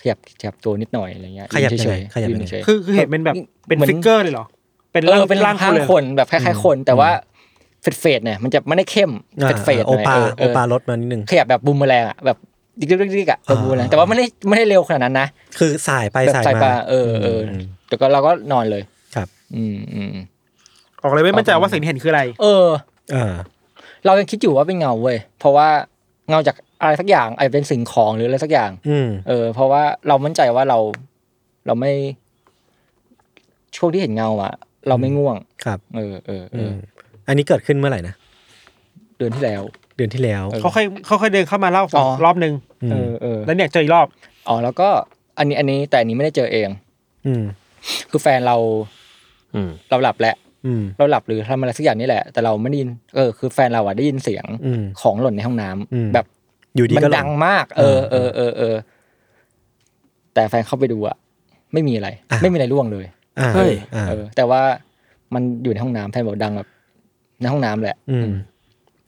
E: ขยับขยับตัวนิดหน่อยอะไรเงี้ย
B: ขยับยังไง
E: นเฉ
B: ขยับยังไง
E: นเฉ
C: คือคือเห็นเป็นแบบเป็น
E: หมือ
C: ฟิกเกอร์เลยเหรอเป็น
E: เอ
C: ร่าง
E: อเป็นร่าง
C: คน
E: ข้าง
C: เลย
E: คนแบบคล้ายๆคน แต่ว่าเฟดเฟดๆเนี่ยมันจะไม่ได้เข้ม
B: อ่า
E: เฟดเฟดๆ
B: โอ
E: หน่ย
B: ปา
E: เเ
B: โอปาลดมานิดนึง
E: ขยับแบบบูมเมอแรงอ่ะแบบดิกดิกดิกดิกอ่ะแบบ
B: อ่า
E: บูมเมอแรงแต่ว่าไม่ได้ไม่ได้เร็วขนาดนั้นนะ
B: คือสายไป
E: แบบ
B: สาย
E: สาย
B: มา
E: ปลาเออเอออ
B: ม
E: แต่ก็เราก็นอนเลย
B: ครับ
E: อืมอืม
C: ออกเลยไม่มั่นใจว่าสิ่งที่เห็นคืออะไร
E: เออ
B: อ่า
E: เรายังคิดอยู่ว่าเป็นเงาเว้ยเพราะว่าเงาจากอะไรสักอย่างอาจจะเป็นสิ่งของหรืออะไรสักอย่าง
B: อืม
E: เออ เพราะว่าเรามั่นใจว่าเราเราไม่ ช่วงที่เห็นเงาอ่ะ เราไม่ง่วง
B: ครับ
E: เออเออเอ
B: อื
E: อ
B: ม อันนี้เกิดขึ้นเมื่อไหร่นะ
E: เดือนที่แล้ว
B: เดือนที่แล้ว
C: เขาเคยเขาเคยเดินเข้ามาเล่าผม
E: อ๋อ
C: รอบหนึ่ง
B: อืม
E: เออเออ
C: แล้วเนี่ยเจออีกรอบ
E: อ๋อแล้วก็อันนี้อันนี้แต่อันนี้ไม่ได้เจอเอง
B: อืม
E: คือแฟนเรา
D: อืม
E: เราหลับแหละ
B: อืม
E: เราหลับหรือทำอะไรสักอย่างนี่แหละ แต่เราไม่ได้ยินเออคือแฟนเราอะได้ยินเสียง
B: อืม
E: ของหล่นในห้องน้ำ
B: อืม
E: แบบ
B: อยู่ดี
E: มัน
B: ก็หล
E: ดั
B: ง
E: งมาก เออเออเออเออแต่แฟนเข้าไปดูอะไม่มีอะไร
B: อ่ะ
E: ไม่มีอะไรร่วงเลย
B: อ่า
D: เฮ้ย
B: อ่า
E: เออ แต่ว่ามันอยู่ในห้องน้ำแฟนบอกดังแบบในห้องน้ำแหละ
B: อืม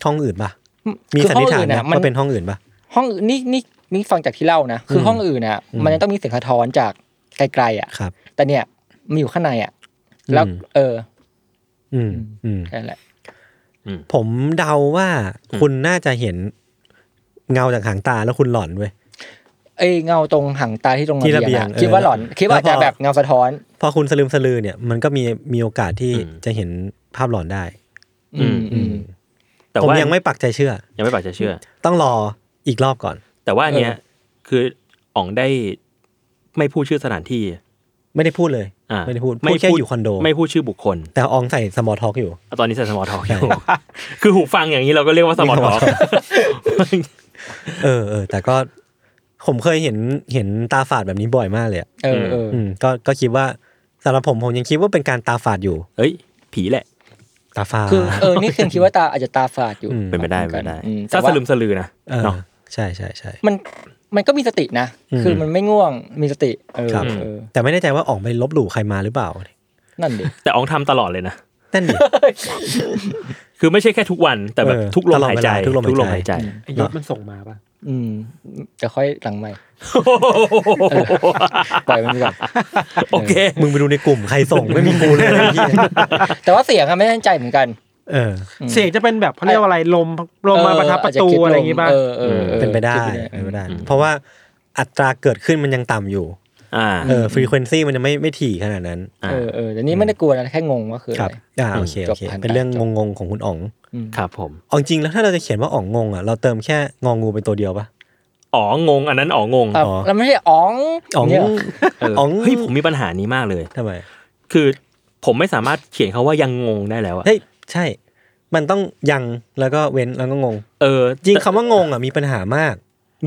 B: ห้องอื่นปะมี
E: คือ
B: สัน
E: ห้อ
B: นิษ
E: ง
B: ฐาน
E: อื่น
B: นะ
E: อะมัน
B: ว่าเป็นห้องอื่นปะ
E: ห้องนี่นี่นี่ฟังจากที่เล่านะคืออ
B: ม
E: ห้องอื่นอ่ะ
B: อืม
E: มันจะต้องมีเสียงสะท้อนจากไกลๆอ่ะ
B: ครับ
E: แต่เนี่ยมันอยู่ข้างในอ่ะ แล้ว
B: อืม
E: เออ
B: อืมอืม
E: แค่นั้นแหละ
B: ผมเดาว่าคุณน่าจะเห็นเงาจากหางตาแล้วคุณหลอนเว้ย
E: เอ้ยเงาตรงหางตาที่ตรง
B: ที่
E: ระ
B: ระเบี
E: เบีย
B: ย
E: ง
B: ง
E: อะ
B: เออ
E: คิดว่าหลอนคิดว่า
B: แล้วพอ
E: จะแบบเงาสะท้อน
B: พอคุณสลืมสลือเนี่ยมันก็มีมีโอกาสที่
D: อืม
B: จะเห็นภาพหลอนได้
E: อืมอืม
D: แต่
B: ผม
D: ว่า
B: ยังไม่ปักใจเชื่อ
D: ยังไม่ปักใจเชื่อ
B: ต้องรออีกรอบก่อน
D: แต่ว่าอันเนี้ย
E: เออ
D: คืออ๋องได้ไม่พูดชื่อสถานที่
B: ไม่ได้พูดเลย
D: อ่า
B: ไม่ได้พูดพูดแค่อยู่คอนโด
D: ไม่พูดชื่อบุคคล
B: แต่อองใส่สมอลท็อกอยู่
D: ตอนนี้ใส่สมอทอกอยู่ คือหูฟังอย่างนี้เราก็เรียกว่าสมอทอก
B: เออเออแต่ก็ผมเคยเห็นเห็นตาฝาดแบบนี้บ่อยมากเลยอะ
E: เออเอออ
B: อืมก็ก็คิดว่าสำหรับผมผมยังคิดว่าเป็นการตาฝาดอยู่
D: เอ้ย ผีแหละ
B: ตาฝาด
E: คือเออนี่คือคิดว่าตาอาจจะตาฝาดอยู่
B: อืม
D: เป็นไปได้
E: หมือ
D: เป็นไปได้
E: อืม
D: ถ้า
E: แต่ว่
D: สลืมสลือนะ
B: เออ
D: เนาะ
B: ใช่ใช่ใช่
E: มันมันก็มีสตินะ
B: อืม
E: คือมันไม่ง่วงมีสติเออ
B: ครับ
E: เออ
B: แต่ไม่แน่ใจว่าออกไปลบหลู่ใครมาหรือเปล่า
E: นั่นดิ
D: แต่อ๋องทำตลอดเลยนะ
B: นั่นดิ
D: คือไม่ใช่แค่ทุกวันแต่แบบ
B: เออ
D: ทุกลมหายใจ
B: ตลอดเวลาทุกลมหายใจ
D: ใจ
C: ไอ้ยศมันส่งมาปะ
E: อืมจะค่อยหลังใหม่ ปล่อยมันไปก่อน
D: โอเค
B: มึงไปดูในกลุ่มใครส่งไม่มีกูเลยไอ้เหี้ย
E: แต่ว่าเสียงอะไม่แน่ใจเหมือนกัน
B: เออ
E: อืม
C: เสียงจะเป็นแบบเขาเรียกว่าอะไรลมลมมาประทับประตูอะไรอย่างงี้ป่ะ
E: เออเออออ
B: เป็นไปได้
E: คิ
B: เป็นไปได้
D: อืม
B: เพราะว่าอัตราเกิดขึ้นมันยังต่ำอยู่
D: อ่า
B: เออฟรีเควนซีมันยังไม่ไม่ถี่ขนาดนั้น
E: เออเออแต่นี้ไม่ได้กลัวนะแค่งงว่าคือ
B: ค
E: อะ
B: รับ
E: ไร
B: อ่า
D: อืม
B: โอเค
E: จ
B: โอบ เค
E: ผ่านไป
B: เป็นเรื่อง
E: จบ
B: งงๆของคุณอ๋อง
E: อืม
D: ครับผม
B: เอาจริงแล้วถ้าเราจะเขียนว่าอ๋องงงอ่ะเราเติมแค่งองูเป็นตัวเดียวปะ
D: อ๋องง อันนั้นอ๋องง
E: อ่ะ
B: อ๋อ
E: แล้วไม่ใช่อ๋อง
B: อ๋อง
E: เนี่ย
D: เออ
B: อ๋อง
D: เฮ้ยผมมีปัญหานี้มากเลย
B: ทำไม
D: คือผมไม่สามารถเขียนเขาว่ายังงงได้แล้วอะ
B: เฮ้ยใช่ มันต้องยังแล้วก็เว้นแล้วก็งง
D: เออ
B: จริงคำว่างงอ่ะมีปัญหามาก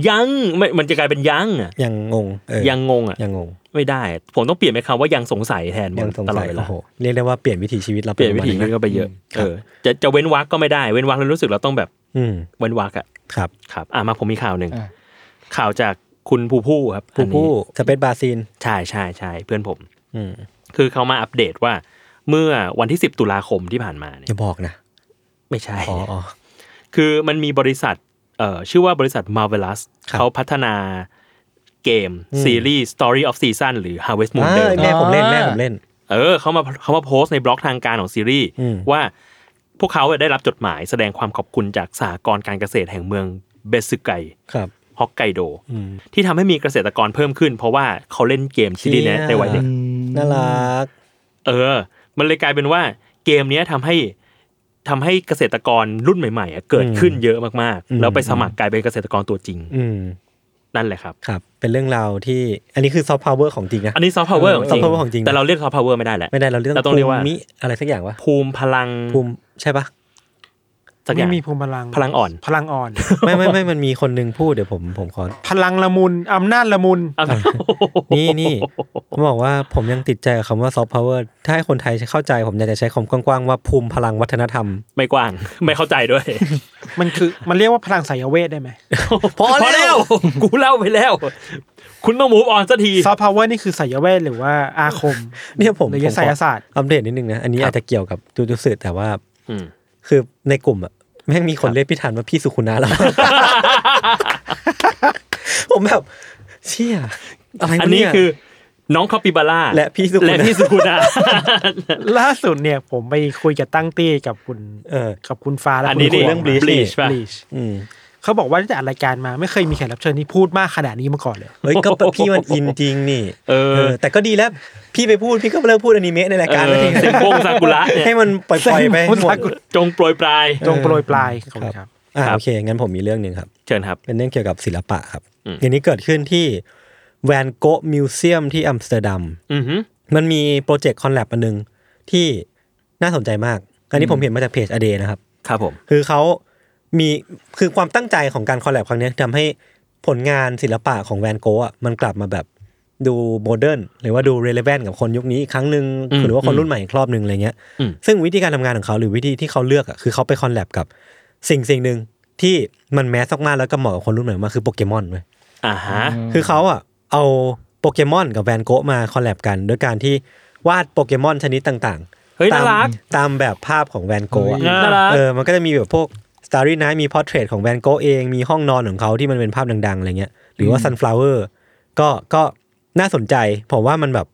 D: ยังไม่มันจะกลายเป็นยังอะ
B: ยังงงเออ
D: ยังงงอะ
B: ยังงง
D: ไม่ได้ ผมต้องเปลี่ยนเป็นคำว่ายังสงสัยแทนหมด
B: ยังสง
D: ตลอ
B: สั
D: ด
B: ย
D: เว
B: โอ้
D: ลา
B: โหเรียกได้ว่าเปลี่ยนวิถีชีวิตเรา
D: เปลี่ยนวิธี
B: ระ
D: นี้
B: มาณ
D: ก็ไปเยอะ
B: ค
D: เอ
B: รับ
D: อจะจะเว้นวรรคก็ไม่ได้เว้นวรรคแล้วรู้สึกเราต้องแบบ
B: อืม
D: เว้นวรรคอะ
B: ครับ
D: ครับอ่ะมาผมมีข่าวหนึ่ง
E: อ่ะ
D: ข่าวจากคุณผู้ผู้ครับ
B: ผู้
D: อัน
B: ผู้
D: นี้
B: สเปซบาซีน
D: ใช่ใช่ใช่เพื่อนผม
B: อืม
D: คือเขามาอัปเดตว่า เมื่อวันที่ 10 ตุลาคมที่ผ่านมา
B: อ
D: เนี่ย
B: ย่าบอกนะ
D: ไม่ใช่
B: อ๋ออ๋อ
D: คือมันมีบริษัทเอ่อชื่อว่าบริษัท Marvelous
B: ครับ
D: เขาพัฒนาเกม
B: อืม
D: ซีรีส์ Story of Season หรือ Harvest Moon
B: อ่า
D: เดิม
B: แม่ผมเล่นแม่ผมเล่น
D: เออเขามาเขามาโพสต์ในบล็อกทางการของซีรีส์
B: อืม
D: ว่าพวกเขาได้รับจดหมายแสดงความขอบคุณจากสหกรณ์การเกษตรแห่งเมืองเบสึไก
B: ครับ
D: ฮอกไกโด
B: อืม
D: ที่ทำให้มีเกษตรกรเพิ่มขึ้น เพราะว่าเขาเล่นเกมซีรีส์เนี้ยในวัยเด็ก
B: น่ารัก
D: เออ มันเลยกลายเป็นว่าเกมเนี้ยทำให้ทำให้เกษตรกรรุ่นใหม่ๆอะเกิดขึ้นเยอะมาก
B: อืม
D: ๆ แล้วไปสมัครกลายเป็นเกษตรกรตัวจริง
B: อืม
D: นั่นแหละครับ
B: ครับ เป็นเรื่องราวที่ อันนี้คือซอฟต์พาวเวอร์ของจริงนะ
D: อันนี้ซอฟต์พาวเวอร์ของจริ
B: soft power ของจริง
D: แต่เราเรียกซอฟต์พาวเวอร์ไม่ได้แหละ
B: ไม่ได้เราเรื่อง
D: เราต้องเรียกว่า
B: ภูมิอะไรสักอย่างวะ
D: ภูมิพลัง
B: ภูมิใช่ปะ
D: สักอ
C: ไม่
D: ย่าง
C: มีภูมิพลัง
D: พลังอ่อน
C: พลังอ่อน
B: ไม่ไม่ไม่ มันมีคนหนึ่งพูดเดี๋ยวผมผมขอ
C: พลังละมุนอำนาจละมุน
D: เอา
B: นี่นี่ผมบอกว่าผมยังติดใจกับคำว่าซอฟต์พาวเวอร์ ถ้าให้คนไทยเข้าใจผมอยากจะใช้คำกว้างๆว่าภูมิพลังวัฒนธรรม
D: ไม่กว้าง ไม่เข้าใจด้วย
C: มันคือมันเรียกว่าพลังสายเวทได้ไหม
D: พอแล้ว กูเล่าไปแล้ว คุณต้องมูฟออนสักที
C: ซอฟต์พาวเวอร์นี่คือสายเวทหรือว่าอาค ม
B: เนี่ยผม
C: หรื
B: ผ
C: อ
B: มขอ
C: ไสายศาสตร์
B: อัปเดตนิดนึงนะ อันนี้
D: ครับ
B: อาจจะเกี่ยวกับจูจูสึแต่ว่า
D: อืม
B: คือในกลุ่มอะแม่งมีคนเรียกพี่ธันว่าพี่สุขุนะแล้ว ผมแบบ เชี่ยอะไรวะ
D: อันนี้
B: เย
D: คือน้องคาปิบาร่า
B: และพี่สุกุณะ
D: และพี่สุกุ ณะ
C: ล่าสุดเนี่ยผมไปคุยกับตั้งตี้กับคุณ
B: เออ
C: กับคุณฟ้าและ
D: อัน
C: คุณ
D: นี้
B: คุย
D: นี่
C: ห
B: เรื่
C: ว
B: อง
D: บ
B: Bleach
D: ลีช
C: บ
D: ป่ะ
C: ลีช
B: อืม
C: เขาบอกว่าตั้งแต่อัดรายการมาไม่เคยมีแขกรับเชิญที่พูดมากขนาดนี้มาก่อนเลย
B: เฮ้ยก็พี่มันอินจริงนี่
D: เออ
B: แต่ก็ดีแล้ว พี่ไปพูดพี่ก็เลิกพูดอนิเมะในรายการแล้ว
D: เอ
B: ที
D: อเซ็งโป้งซากุระเนี่ย
B: ให้มันปล่อยๆไป
C: เซ็งโป้ง
B: หมด
C: ซากุระ
D: จงโปรยปลาย
C: จงโปรยปลายขอบคุณครับ
B: อ่า
D: ครับ
B: โอเค งั้นผมมีเรื่องหนึ่งครับ
D: เชิญครับ
B: เป็นเรื่องเกี่ยวกับศิลปะครับ
D: อืม
B: อย่างนี้เกิดขึ้นที่แวนโกะมิวเซียมที่อัมสเตอร์ดัม
D: อือหือ
B: มันมีโปรเจกต์คอนแลบอันหนึ่งที่น่าสนใจมาก อันนี้ผมเห็นมาจากเพจอเดนะครับ
D: ครับผม
B: คือเขามีคือความตั้งใจของการคอลแลบครั้งเนี้ยทำให้ผลงานศิลปะของแวนโกะอะมันกลับมาแบบ ดูโมเดิร์นหรือว่าดูเรเล v วนกับคนยุคนี้อีกครั้งหนึ่ง
D: อืม
B: หรือว่าคน
D: อืม
B: รุ่นใหม่อีกรอบหนึ่งอะไรเงี้ย
D: อืม
B: ซึ่งวิธีการทำงานของเขาหรือวิธีที่เขาเลือกอะคือเขาไปคอนแลบกับสิ่งสิ่งหนึ่งที่มันแมสมากๆแล้วก็เหมาะกับคนรุ่นใหม่มากคือโปเกมอนเลย
D: อ่าฮะ
B: คือเขาอ่ะเอาโปเกมอนกับแวนโกะมาคอลแลบกันด้วยการที่วาดโปเกมอนชนิดต่าง
D: เฮ้ย
B: ๆ ตา
D: น่ามรัก
B: ตามแบบภาพของแวนโกะอะ
D: น่ารัก
B: เออมันก็จะมีแบบพวกสตารี่ไนท์มีพอร์เทรตของแวนโกะเองมีห้องนอนของเขาที่มันเป็นภาพดังๆอะไรเงี้ยหรือว่าซันฟลาวเวอร์ก็ก็น่าสนใจ ผมว่ามันแบบ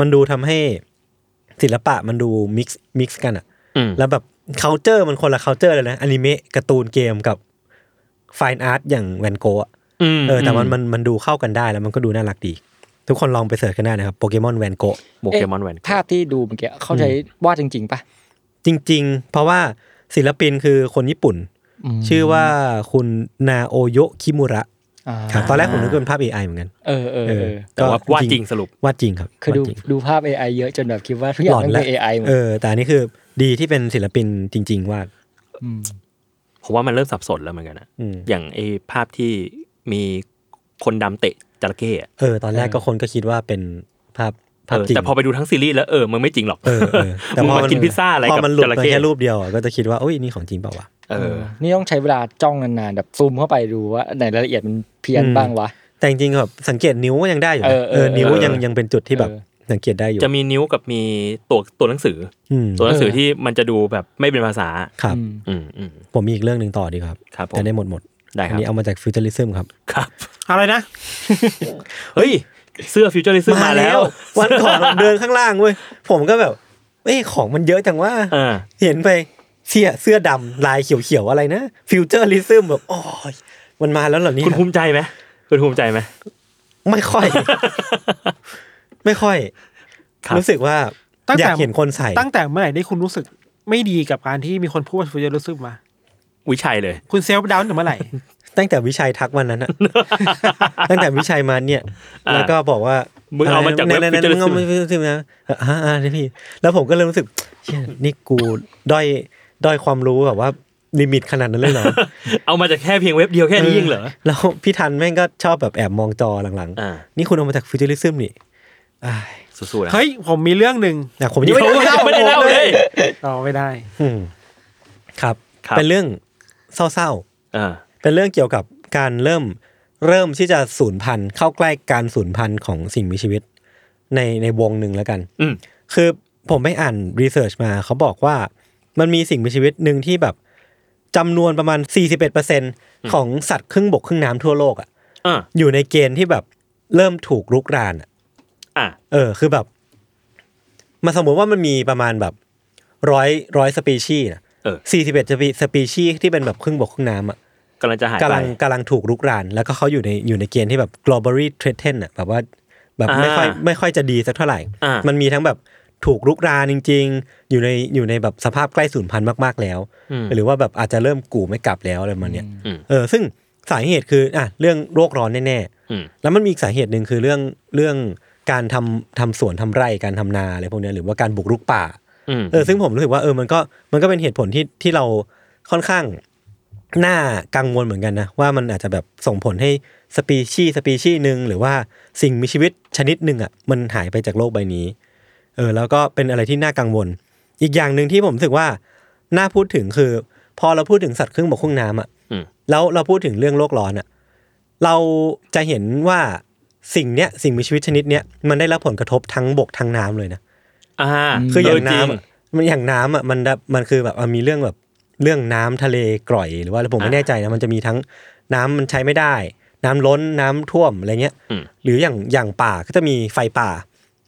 B: มันดูทำให้ศิลปะมันดูมิกซ์มิกซ์กันอ่ะ
D: อืม
B: แล้วแบบ c u เจอร์มันคนละ c u เจอร์เลยนะอนิเมะการ์ตูนเกมกับไฟนอาร์ตอย่างแวนโกะอะ
D: ม
B: เออแต่มันมันมันดูเข้ากันได้แล้วมันก็ดูน่ารักดี ทุกคนลองไปเสิร์ชกันได้นะครับโปเกมอนแวนโก
D: โปเกมอนแวน
E: ภาพที่ดูเมื่อกี้เขาใช้วาดจริง ๆปะ
B: จริง ๆ เพราะว่าศิลปินคือคนญี่ปุ่น
E: ม
B: ชื่อว่าคุณนาโอโยะคิมุระ
E: า
B: ครับตอนแรกผมนึกว่าเป็นภาพ AI เหมือนกัน
E: เออเออเออ
D: แต่ว่าว่าจริงสรุป
B: วาดจริงครับ
E: คือดู
B: วาดจริง
E: ดูภาพ AI เยอะจนแบบคิดว่าทุกอย่างมันเป็น AI หมด
B: เออแต่อันนี้คือดีที่เป็นศิลปินจริง ๆ วาด
E: ม
D: ผมว่ามันเริ่มสับสนแล้วเหมือนกันนะ
B: อืม
D: อย่างไอ้ภาพที่มีคนดำเตะจระเข้อะ
B: เออตอนแรกก็คนก็คิดว่าเป็นภาพภาพ
D: เออ
B: จริง
D: แต่พอไปดูทั้งซีรีส์แล้วเออมันไม่จริงหรอก
B: เออเออ
D: มึงมากินพิซซ่าอะไร
B: พอ
D: กับ
B: มันหลุด
D: จระ
B: มา
D: เข้
B: แค่รูปเดียวอะก็จะคิดว่าโอ้ยนี่ของจริงเปล่าวะ
D: เออ
E: นี่ต้องใช้เวลาจ้องนานๆแบบซูมเข้าไปดูว่าไหนรายละเอียดมันเพี้ยน
B: อืม
E: บ้างวะ
B: แต่จริงๆแบบสังเกตนิ้วก็ยังได้อยู่นะ
E: เออเออ
B: เออนิ้ว
D: เออ
B: ยังยังเป็นจุดที่แบบ
E: เออ
B: สังเกตได้อยู่
D: จะมีนิ้วกับมีตัวตัวหนังสือ
B: อืม
D: ตัวหนังสือ
E: เออ
D: ที่มันจะดูแบบไม่เป็นภาษา
B: ครับ
E: อืม
D: อืมอืม
B: ผมมีอีกเรื่องหนึ่งต่อดีครับ
D: ครับผม
B: จะได้หมดหมด
D: ได้ค
B: อั
D: รับ
B: นี้เอามาจากฟิวเจอริซึมครับ
D: ครับ
C: อะไรนะ
D: เฮ้ย เสื้อฟิวเจอร์ลิซึมมาแล้ว
B: วันก่ อนผมเดินข้างล่างเว้ยผมก็แบบเอ้ยของมันเยอะจังว่า
D: อ่า
B: เห็นไปเสื้อเสื้อดำลายเขียวๆอะไรนะฟิวเจอริซึมแบบโอ้ยมันมาแล้วเหรอเนี่
D: คุณ
B: ย
D: ภูมิใจไหมคุณภูมิใจไหม
B: ไม่ค่ อย ไม่ค่อย
D: ครับ
B: รู้สึกว่า
C: ตั้ง
B: อ
C: แต่
B: ยากเห็นคนใส่
C: ตั้งแต่เมื่อไหร่ที่คุณรู้สึกไม่ดีกับการที่มีคนพูดว่าฟิวเจอร์ซึมมา
D: วิชัยเลย
C: คุณเซลฟ์ดาวน์ถึงเมื่อไหร่
B: ตั้งแต่วิชัยทักวัน นั้นอะ ตั้งแต่วิชัยมาเนี่ย
D: อ่า
B: แล้วก็บอกว่า
D: มึ
B: มึ
D: งเอามาจากเว็บ
B: นั้นนั้น
D: Futurism
B: มึงเอามาฟิวเจอร์นะอ่าอ่าพี่ แล้วผมก็เลยรู้สึกเชี่ยนี่กูด้อยด้อยความรู้แบบว่าลิมิตขนาดนั้นเลยเหรอ
D: เอามาจากแค่เพียงเว็บเดียวแค่นี้เองเหรอ
B: แล้วพี่ทันแม่งก็ชอบแบบแอบมองจอหลัง
D: อ่า
B: ๆ นี่คุณเอามาจากฟิวเจอริซึมนี่อ้าย
D: สู้ๆนะ
C: เฮ้ย ผมมีเรื่องหนึ่ง
B: อ่ะผมยัง
D: เดี๋ยว
B: ไม่ได้เล่า
D: ไม่ได้เล่าเลย
C: ต่อไม่ได้
B: อืมครับ
D: ครับ
B: เป็นเรื่องเศร้าๆ
D: อ่า
B: เป็นเรื่องเกี่ยวกับการเริ่มเริ่มที่จะสูญพันธุ์เข้าใกล้การสูญพันธุ์ของสิ่งมีชีวิต ในในวงหนึ่งแล้วกัน
D: อืม
B: คือผมไปอ่านรีเสิร์ชมาเขาบอกว่ามันมีสิ่งมีชีวิตหนึ่งที่แบบจำนวนประมาณ 41%ของสัตว์ครึ่งบกครึ่งน้ำทั่วโลกอะ
D: อ่า
B: อยู่ในเกณฑ์ที่แบบเริ่มถูกรุกรานอะ
D: อ่า
B: เออ คือแบบมาสมมติว่ามันมีประมาณแบบร้อยร้อยสปีชีส์นะ
D: เออ
B: สี่สิบเอ็ดสปีชีส์ที่เป็นแบบครึ่งบกครึ่งน้ำอะ
D: กำลังจะหาย
B: กำ
D: ไป
B: ลังกำลังถูกรุกราน แล้วก็เขาอยู่ในอยู่ในเกณฑ์ที่แบบ globally threatened อ่ะแบบว่าแบบไม่ค่อย
D: อ่า
B: ไม่ค่อยจะดีสักเท่าไหร่
D: อ่ามั
B: มันมีทั้งแบบถูกรุกรานจริง ๆ อยู่ในอยู่ในแบบสภาพใกล้สูญพันธุ์มาก ๆ แล้ว
D: อืม
B: หรือว่าแบบอาจจะเริ่มกู่ไม่กลับแล้วอะไรประมาณเนี้ย
D: อืม
B: เออซึ่งสาเหตุคืออ่ะเรื่องโรคร้อนแน่
D: อืม
B: ๆ แล้วมันมีอีกสาเหตุหนึ่งคือเรื่องเรื่องการทำทำสวนทำไร่การทำนาอะไรพวกเนี้ยหรือว่าการบุกรุกป่า
D: อืม
B: เออซึ่งผมรู้สึกว่าเออมันก็มันก็เป็นเหตุผลที่ที่เราค่อนข้างน่ากังวลเหมือนกันนะ ว่ามันอาจจะแบบส่งผลให้สปีชีส์สปีชีส์หนึ่งหรือว่าสิ่งมีชีวิตชนิดหนึ่งอ่ะมันหายไปจากโลกใบนี้เออแล้วก็เป็นอะไรที่น่ากังวล อีกอย่างหนึ่งที่ผมรู้สึกว่าน่าพูดถึงคือ พอเราพูดถึงสัตว์ครึ่งบกครึ่งน้ำอ่ะ
D: อืม
B: แล้วเราพูดถึงเรื่องโลกร้อนอะเราจะเห็นว่าสิ่งเนี้ยสิ่งมีชีวิตชนิดเนี้ยมันได้รับผลกระทบทั้งบกทั้งน้ำเลยนะ
D: อ่า
B: คืออย่าง
D: จริ
B: น้ำอะมันอย่างน้ำอ่ะมันแบบมันคือแบบอ่ะมีเรื่องแบบเรื่องน้ำทะเลกร่อยหรือว่าอะไรผมไม่
D: อ่า
B: แน่ใจนะมันจะมีทั้งน้ำมันใช้ไม่ได้ น้ำล้นน้ำท่วมอะไรเงี้ย
D: อืม
B: หรืออย่างอย่างป่าก็จะมีไฟป่า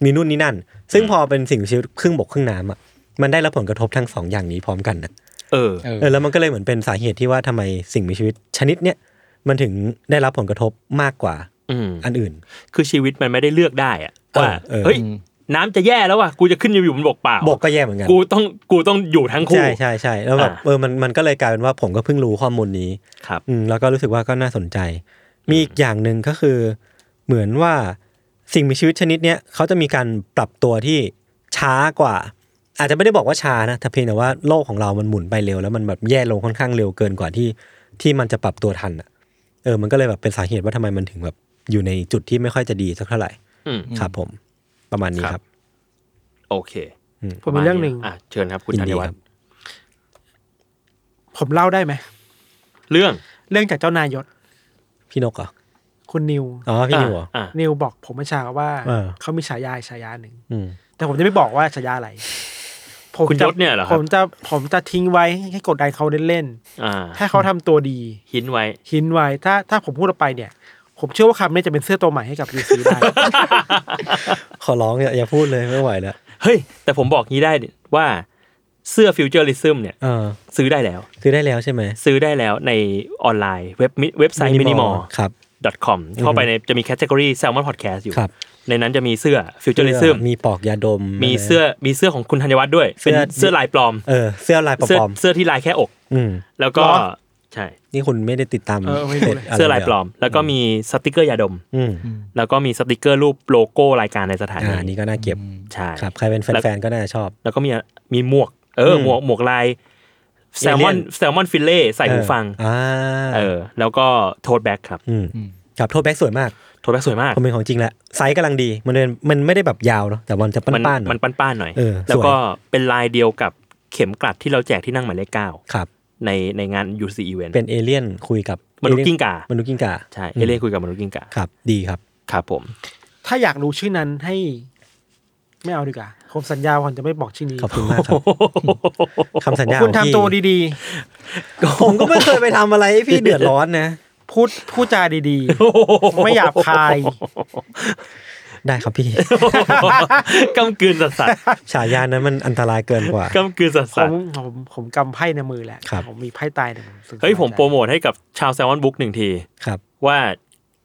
B: มีนู่นนี่นั่น ซึ่ง
D: อืม
B: พอเป็นสิ่งมีชีวิตครึ่งบกครึ่งน้ำอ่ะมันได้รับผลกระทบทั้งสองอย่างนี้พร้อมกันนะ
D: เออ
E: เออ
B: เออแล้วมันก็เลยเหมือนเป็นสาเหตุที่ว่าทำไมสิ่งมีชีวิตชนิดเนี้ยมันถึงได้รับผลกระทบมากกว่า
D: อืม
B: อันอื่น
D: คือชีวิตมันไม่ได้เลือกได้อะว่า
B: เออเออ
D: เฮ้ย
E: อืม
D: น้ำจะแย่แล้วว่ะกูจะขึ้นอยู่บนบกเปล่า
B: บกก็แย่เหมือนกัน
D: กูต้องกูต้องอยู่ทั้งคู่
B: ใช่ใช่ใช่แล้วแบบ
D: อ่า
B: เออมันมันก็เลยกลายเป็นว่าผมก็เพิ่งรู้ข้อมูลนี้
D: ครับ
B: อืมแล้วก็รู้สึกว่าก็น่าสนใจ มีอีกอย่างหนึ่งก็คือ เหมือนว่าสิ่งมีชีวิตชนิดเนี้ยเขาจะมีการปรับตัวที่ช้ากว่า อาจจะไม่ได้บอกว่าช้านะแต่เพียงแต่ว่าโลกของเรามันหมุนไปเร็ว แล้วมันแบบแย่ลงค่อนข้างเร็วเกินกว่าที่ที่มันจะปรับตัวทันอะเออ มันก็เลยแบบเป็นสาเหตุว่าทำไมมันถึงแบบอยู่ในจุดที่ไม่ค่อยจะดีสักเท่าไหร่
D: อืม
B: ครับผม ประมาณนี้
D: ค
B: ค
D: รั
B: รับ บ
D: โอเค
C: ผมมีเรื่องหนึ่ง
D: อ่ะเชิญครับ คุณ
B: ยิน
D: ธั
B: ดี
D: ญวัฒ
B: ครั
D: น์
B: บ
C: ผมเล่าได้ไหม
D: เรื่อง
C: เรื่องจากเจ้านายยศ
B: พี่นกเหรอ
C: คุณนิว
B: อ๋อพี่นิวเหรอ
D: อ่ะอ่ะ
C: นิวบอกผมเมื่อเช้าว่า
B: เออ
C: เขามีฉายาอีกฉายาหนึ่ง
B: อืม
C: แต่ผมจะไม่บอกว่าฉายาอะไร
D: คุณยศเนี่ยเหรอค
C: ผ
D: รับ
C: มจะผมจะทิ้งไว้ให้กดดันเขาเล่น
D: อ่า
C: ๆถ้าเขาทำตัวดี
D: หินไว้
C: หินไว้ถ้าถ้าผมพูดออกไปเนี่ย ผมเชื่อว่าคำนี้จะเป็นเสื้อตัวใหม่ให้กับยูซี ได้
B: ขอร้องอย่าอย่าพูดเลยไม่ไหวแล้ว
D: เฮ้ย แต่ผมบอกงี้ได้ว่าเสื้อฟิวเจอริซึมเนี่ย
B: เออ
D: ซื้อได้แล้ว
B: ซื้อได้แล้วใช่ไหม
D: ซื้อได้แล้วในออนไลน์เว็บมิเว็บไซต์ minimal
B: ครับ
D: com เข้าไปในจะมีแคตตากรีแซลมอนพอดแคสต์อยู่
B: ครับ
D: ในนั้นจะมีเสื้อฟิวเจอริซึม
B: มีปอกยาดม
D: มีเสื้อมีเสื้อของคุณธัญวัฒน์ด้วย เป็น
B: เสื้อ
D: เสื้อลายปลอม
B: เออเสื้อลายป
D: เสื้อ
B: ลอม
D: เสื้อที่ลายแค่อก
B: ๆอืม
D: แล้วก็
C: หรอ
D: ใช่
B: นี่คุณไม่ได้ติดตาม
C: เออไม่รู้เลย
B: พจะ
D: เสื้อลายปลอม แล้วก็มีสติกเกอร์ยาดม
B: อืม
D: แล้วก็มีสติกเกอร์รูปโลโก้รายการในสถา
B: อ่า
D: นี
B: นี่ก็น่าเก็บ
D: ใช่
B: ครับ ใครเป็นแฟนๆก็น่าจะชอบ
D: แล้วก็มีมีหมวก เอออ
B: ม
D: หมวกหมวกลายแซลมอน
B: Alien
D: แซลมอนฟิลเล่ใส่หูฟัง
B: เอออ่า
D: เออ แล้วก็โทดแบ็กครับ
B: อืมครับโทษแบ็กสวยมาก
D: โทดแบ็กสวยมาก
B: ผมเป็นของจริงแหละไซส์กำลังดี มันเป็นมันไม่ได้แบบยาวเนาะแต่มันจะ
D: มั
B: ป้านๆหน่อย
D: มันป้านๆหน่อย
B: เออ
D: แล้ว
B: สวย
D: ก็เป็นลายเดียวกับเข็มกลัดที่เราแจกที่นั่งหมายเลขเก้า
B: ครับ
D: ในในงาน UC Event
B: เป็นเอเลี่ยนคุยกับ
D: มนุษย์กิ้งก่าม
B: นุษย์กิ้งก่า
D: ใช่เอเล่คุยกับมนุษย์กิ้งก่า
B: ครับ ดีครับ
D: ครับ ผม
C: ถ้าอยากรู้ชื่อนั้นให้ ไม่เอาดีกว่าผมสัญญาว่าผมจะไม่บอกชื่อนี้
B: ขอบคุณมากครับคำสัญญา
C: คุ
B: ข
C: ณ
B: อง
C: ทำ
B: พี่
C: ตัวดี
B: ผมก็ไม่เคยไปทำอะไรให้พี่เดือดร้อนนะ
C: ๆ พูดพูดจาดี ๆ ไม่หยาบคาย
B: ได้ครับพี่
D: กำกืนสัสสัส
B: ฉายานั้นมันอันตรายเกินกว่า
D: ๆกำกืนสัส
C: ผ
D: สัส
C: มผมผมกำไพ่ในมือแหละ
B: ครับ
C: ผมมีไพ่ตายในมือซึ่ง
D: ๆเฮ้ยผมโปร
C: สบาใจ
D: โมทให้กับชาวแซลมอนบุ๊กหนึ่งที
B: ครับ
D: ว่า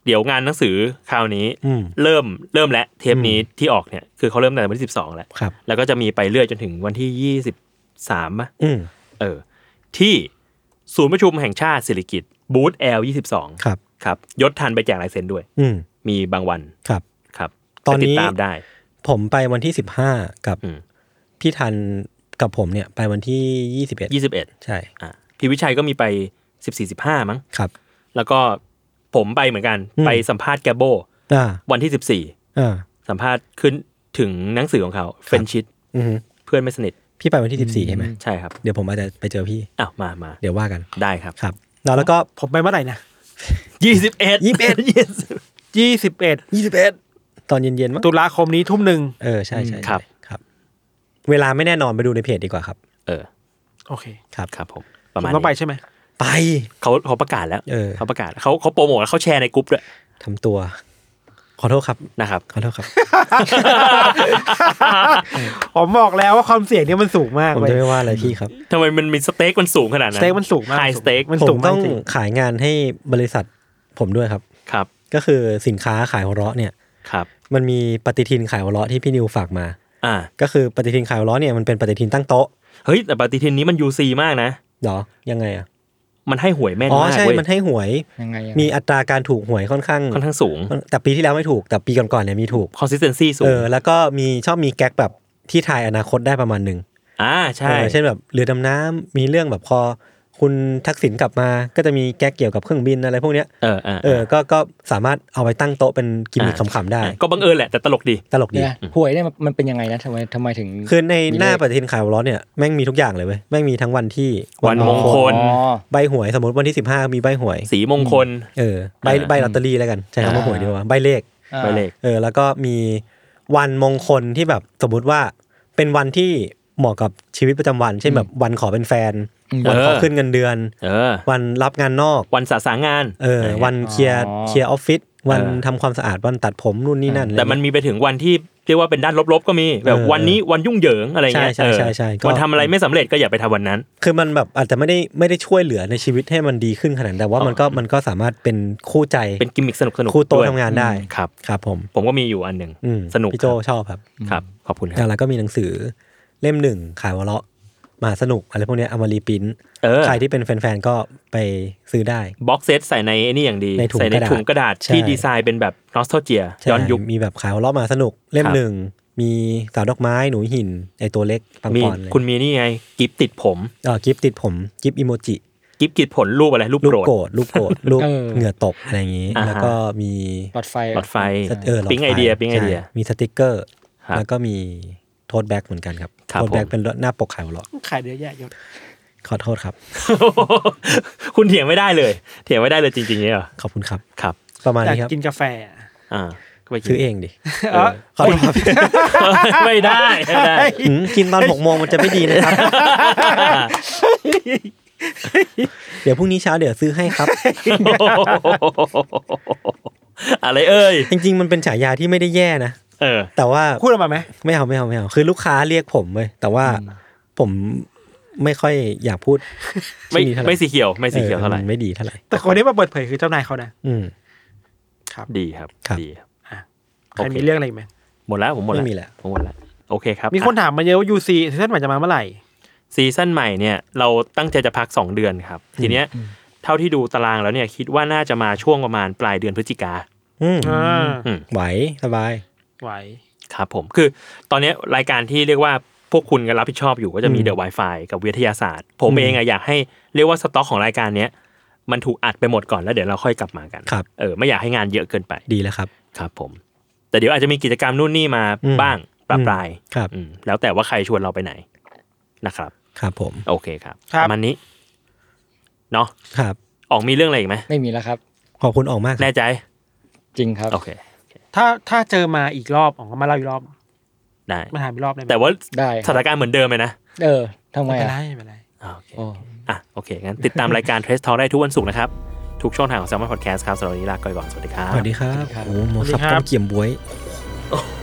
D: เดี๋ยวงานหนังสือคราวนี้
B: อืม
D: เริ่มเริ่มแล้วเทปนี้ที่ออกเนี่ย คือเขาเริ่มตั้งแต่วันที่สิบสองแล้ว
B: ครับ
D: แล้วก็จะมีไปเรื่อยจนถึงวันที่ยี่สิบสามะ
B: อืม
D: เออ ที่ศูนย์ประชุมแห่งชาติสิริกิตบูธ L ยี่สิบสอง
B: ครับ
D: ครับ ยศทันไปแจกลายเซ็นด้วย
B: อืม
D: มีบางวัน
B: ครับ
D: ครับ
B: ตอนนี้
D: ไปติดตามได้
B: ผมไปวันที่สิบห้ากับ
D: อืม
B: พี่ทันกับผมเนี่ย ไปวันที่ยี่สิบเอ็ด
D: ยี่สิบเอ็ด
B: ใช่
D: อ่ะพี่วิชัยก็มีไปสิบสี่สิบห้ามั้ง
B: ครับ
D: แล้วก็ผมไปเหมือนกัน
B: อืม
D: ไปสัมภาษณ์แกโบ
B: อ่า
D: วันที่สิบสี่
B: อ่า
D: สัมภาษณ์ขึ้นถึงหนังสือของเขาเฟนชิด
B: อือฮึ
D: เพื่อนไม่สนิท
B: พี่ไปวันที่สิบสี่ใช่ไหม
D: ใช่ครับ
B: เดี๋ยวผมอาจจะไปเจอพี่
D: อ้าวมามา
B: เดี๋ยวว่ากัน
D: ได้ครับ
B: ครับแล้วแล้วก็
C: ผมไปเมื่อไหร่นะ
D: ยี่สิบเอ็ด
B: 21
C: ยี่สิบเอ็ด
B: ยี่สิบเอ็ดตอนเย็นๆมั้ง
C: ตุลาคมนี้ทุ่มหนึ่ง
B: เออใช่ใช่ใช่
D: ครับ
B: ครับ เวลาไม่แน่นอนไปดูในเพจดีกว่าครับ
D: เออ
C: โอเค
B: ครับ
D: ครับผม
C: ผ
D: ประ
C: ม
D: มาณ
C: ต้องไป
D: นี้
C: ใช่ไหม
B: ไป
D: เขาเขาประกาศแล้ว
B: เออ
D: เขาประกาศเขาเขาโปรโมทแล้วเขาแชร์ในกลุ่มด้วย
B: ทำตัว ขอโทษครับ
D: นะครับ
B: ขอโทษครับ
C: ผมบอกแล้วว่าความเสี่ยงเนี่ยมันสูงมาก
B: ผม
C: เลย
B: จะไม่ว่าอะไรพี่ครับ
D: ทำไมมันมีสเต็กมันสูงขนาด
C: ส
D: นั้น
C: เต็กมันสูงมาก
D: ไฮสเต็ก
C: มัน
B: ผ
C: สู
B: ม
C: งมา
B: ต้
C: ก
B: อง
C: จริง
B: ขายงานให้บริษัทผมด้วยครับ
D: ครับ
B: ก็คือสินค้าขายหัวเราะเนี่ย
D: ครับ
B: มันมีปฏิทินขายหัวเราะที่พี่นิวฝากมา
D: อ่า
B: ก็คือปฏิทินขายหัวเราะเนี่ยมันเป็นปฏิทินตั้งโต๊ะ
D: เฮ้ยแต่ปฏิทินนี้มัน UC มากนะ
B: เหรอยังไงอ่ะ
D: มันให้หวยแม่น
B: อ๋อ
D: มาก
B: ใช่
D: เว้ย
B: มันให้หวย
E: ยังไงอะ
B: มีอัตราการถูกหวยค่อนข้าง
D: ค่อนข้างสูง
B: แต่ปีที่แล้วไม่ถูกแต่ปีก่อนๆเนี่ยมีถูก
D: consistency สู
B: เอง อแล้วก็มีชอบมีแก๊กแบบที่ทายอนาคตได้ประมาณหนึ่ง
D: อ่าใช่
B: เออเช่นแบบเรือดำน้ำมีเรื่องแบบพอคุณทักษิณกลับมาก็จะมีแก๊กเกี่ยวกับเครื่องบินอะไรพวกเนี้ย
D: เออเออ
B: เออก็ก็สามารถเอาไปตั้งโต๊ะเป็นกิมมิคขำๆได้
D: ก็บังเอิญแหละ แต่ตลกดี
B: ตลก
E: เดี๋
B: ดี
E: ยวนะหวยเนี่ยมันมันเป็นยังไงนะทำไมทำไมถึง
B: คือในหน้า
E: มีเลข
B: ปฏิทินข่าวร้อนเนี่ยแม่งมีทุกอย่างเลยเว้ยแม่งมีทั้งวันที่
D: วันมงคล
E: อ๋อ
B: ใบหวยสมมติวันที่สิบห้ามีใบหวย
D: สีมงคล
B: เออใบ
D: อ่า
B: ใบลอตเตอรี่แล้วกันใช้คำว่า
E: อ่า
B: หวยดีกว่าใบเลข
D: ไปเลข
B: เออแล้วก็มีวันมงคลที่แบบสมมติว่าเป็นวันที่เหมาะกับชีวิตประจำวัน เช่นแบบวันขอเป็นแฟน
E: อืม
B: วันขอขึ้นเงินเดือน
D: เออ
B: วันรับงานนอก
D: วันสาสางาน
B: เออวันเคลียร์
E: อ๋อ
B: เคลียร์ออฟฟิศวัน
D: เออ
B: ทำความสะอาดวันตัดผมนู่นนี่นั่น
D: แต่มัน
B: อะไรเงี้
D: มีไปถึงวันที่เรียกว่าเป็นด้านลบๆก็มี แบบ
B: เออ
D: วันนี้วันยุ่งเหยิงอะไรเงี้ย
B: ใช่ใช่ใช่ใช่
D: เออ
B: ก็
D: วันทำอะไรไม่สำเร็จก็อย่าไปทำวันนั้น
B: ยคือมันแบบอาจจะไม่ได้ไม่ได้ช่วยเหลือในชีวิตให้มันดีขึ้นขนาดนั้นแต่ว่ามันก็มันก็สามารถเป็นคู่ใจ
D: เป็นกิมมิคสนุกสนุก
B: คู่โต๊ะทำงานได้
D: ครับ
B: ครับผม
D: ผมก็มีอยู่อันหนึ่ง
B: อืม
D: สนุก
B: พี่โจชอบครับ
D: ครับ ขอบคุณค
B: แล้
D: รับ
B: วก็มีหนังสือเล่มหนึ่งขายหัวเราะมหาสนุกอะไรพวกเนี้ยเอามารีปริ้น
D: เออ
B: ใครที่เป็นแฟนๆ ก็ไปซื้อได้
D: บ็อกเซตใส่ในไอ้นี่อย่างดี
B: ในถุง
D: ใส่ในถุงกระดาษ
B: ใช่
D: ที่ดีไซน์เป็นแบบนอสโทเจียย้อนยุค
B: ใช่มีแบบขายหัวเราะมาสนุกเล่มหนึ่ง มีสาวดอกไม้หนูหิน ไอตัวเล็กปัง
D: มี
B: ปอนเลย
D: คุณมีนี่ไงกิฟติดผม
B: เออกิฟติดผมกิฟอิโมจิ
D: กิฟกิดผลรูปอะไรรูป
B: ลูก
D: โก
B: โก
D: รธ
B: รธลูกโกรธลูก
E: เออ
B: เหงื่อตกอะไรอย่างนี้
D: อ่าฮะ
B: แล้วก็มี
E: หลอดไฟ
D: หลอดไฟ
B: สเออหลอดฟ
D: ปิ๊งไอเดียปิ๊งไอเดีย
B: ใช่มีสติกเกอร์
D: ครับ
B: แล้วก็มีโทษแบ็กเหมือนกันครับ
D: ครับ
B: โทษแบ็ก
D: ผม
B: เป็นหน้าปกขายหัวเราะ
C: ขายเยอะแยะยศ
B: ขอโทษครับ
D: คุณเถียงไม่ได้เลย เถียงไม่ได้เลยจริงๆเนี่ยเหรอ
B: ขอบคุณครับ
D: ครับ
B: ประมาณ
C: อยาก
B: นี้ครับ
C: กินกาแฟอะ
D: อ่าก็ไปกิน
B: ซื้อเองดิ
C: เออ
B: ขอโทษครับ
D: ไม่ได้ไม่ได้
B: อืมกินตอนหกโมงมันจะไม่ดี นะครับ เดี๋ยวพรุ่งนี้เช้าเดี๋ยวซื้อให้ครับ
D: อะไรเอ่ย
B: จริง ๆ มันเป็นฉายาที่ไม่ได้แย่นะ
D: เออ
B: แต่ว่า
C: พูดออกมาไหม
B: ไม่เอาไม่เอาไม่เอาคือลูกค้าเรียกผมเลยแต่ว่าผมไม่ค่อยอยากพูด
D: ไม่
B: ที่นี่เท่าห
D: ไม่
B: ร่
D: สีเขียว ไม่สีเขียว
B: ออ
D: เท่าไหร่
B: มันไม่ดีเท่าไหร่
C: แต่คนที่มาเปิดเผยคือเจ้านายเขานะ
B: อืม
C: ครับ
D: ดีครับ
B: ครับ
D: ดีครับ
C: ใคร
D: โอเค
C: มีเรื่องอะไรอีกไหม
D: หมดแล้วผมหมดแล้ว
B: ไม่มีแล้ว
D: ผมหมดแล้วโอเคครับ
C: มีคนถามมาเยอะว่ายูซีซีซั่นใหม่จะมาเมื่อไหร่
D: ซีซั่นใหม่เนี่ยเราตั้งใจจะพัก 2 เดือนครับ ทีเนี้ยเท่าที่ดูตารางแล้วเนี่ยคิดว่าน่าจะมาช่วงประมาณปลายเดือนพฤศจิกา
B: อืม
C: อ่า
B: ไหวสบาย
C: ไหว
D: ครับผมคือตอนเนี้ยรายการที่เรียกว่าพวกคุณกำลันรับผิดชอบอยู่ก็จะมีเดอะ Wi-Fi กับวิทยาศาสตร์ ผมเองอะอยากให้เรียกว่าสต็อกของรายการเนี้ยมันถูกอัดไปหมดก่อนแล้วเดี๋ยวเราค่อยกลับมากัน
B: ครับ
D: เออไม่อยากให้งานเยอะเกินไป
B: ดีแล้วครับ
D: ครับผม แต่เดี๋ยวอาจจะมีกิจกรรมนู่นนี่มา
B: อืม
D: บ้างปลา
B: อืม
D: ปลาย
B: ครับ
D: อืมแล้วแต่ว่าใครชวนเราไปไหนนะครับ
B: ครับผม
D: โอเคครับ
C: ครับ
D: ประมันนี้เนาะ
B: ครับ
D: ออกมีเรื่องอะไรอีกไหม
E: ไม่มีแล้วครับ
B: ขอบคุณออกมากครับ
D: แน่ใจ
E: จริงครับ
D: โอเค
C: ถ้าถ้าเจอมาอีกรอบอ๋อมาเล่าอีกรอบ
D: ได้
C: มาถามอีกรอบได้ไหม
D: แต่ว่า
E: ได้ค
D: ส
E: รับ
D: ถานการณ์เหมือนเดิมเลยนะ
E: เออทำไม
C: ไม่เป็นไร
E: อ่ะ
C: ไม่เป็นไร
D: อ่าโอเค
E: โอ้
D: อ่ะโอเคงั้นติดตามรายการ Trace Talk ได้ทุกวันศุกร์นะครับ ทุกช่องทางของ s ซ m มอนพอดแคสต์ครับสำหรับวันนี้ลาไปก่อนสวัสดีครับ
B: สวัสดีครับ
E: สวัสดีครับ
B: โอ้โหหมอสับ
C: สวัสดีค
B: กั
C: รั
B: บ บเกี่ยมบวย
D: โอ้โห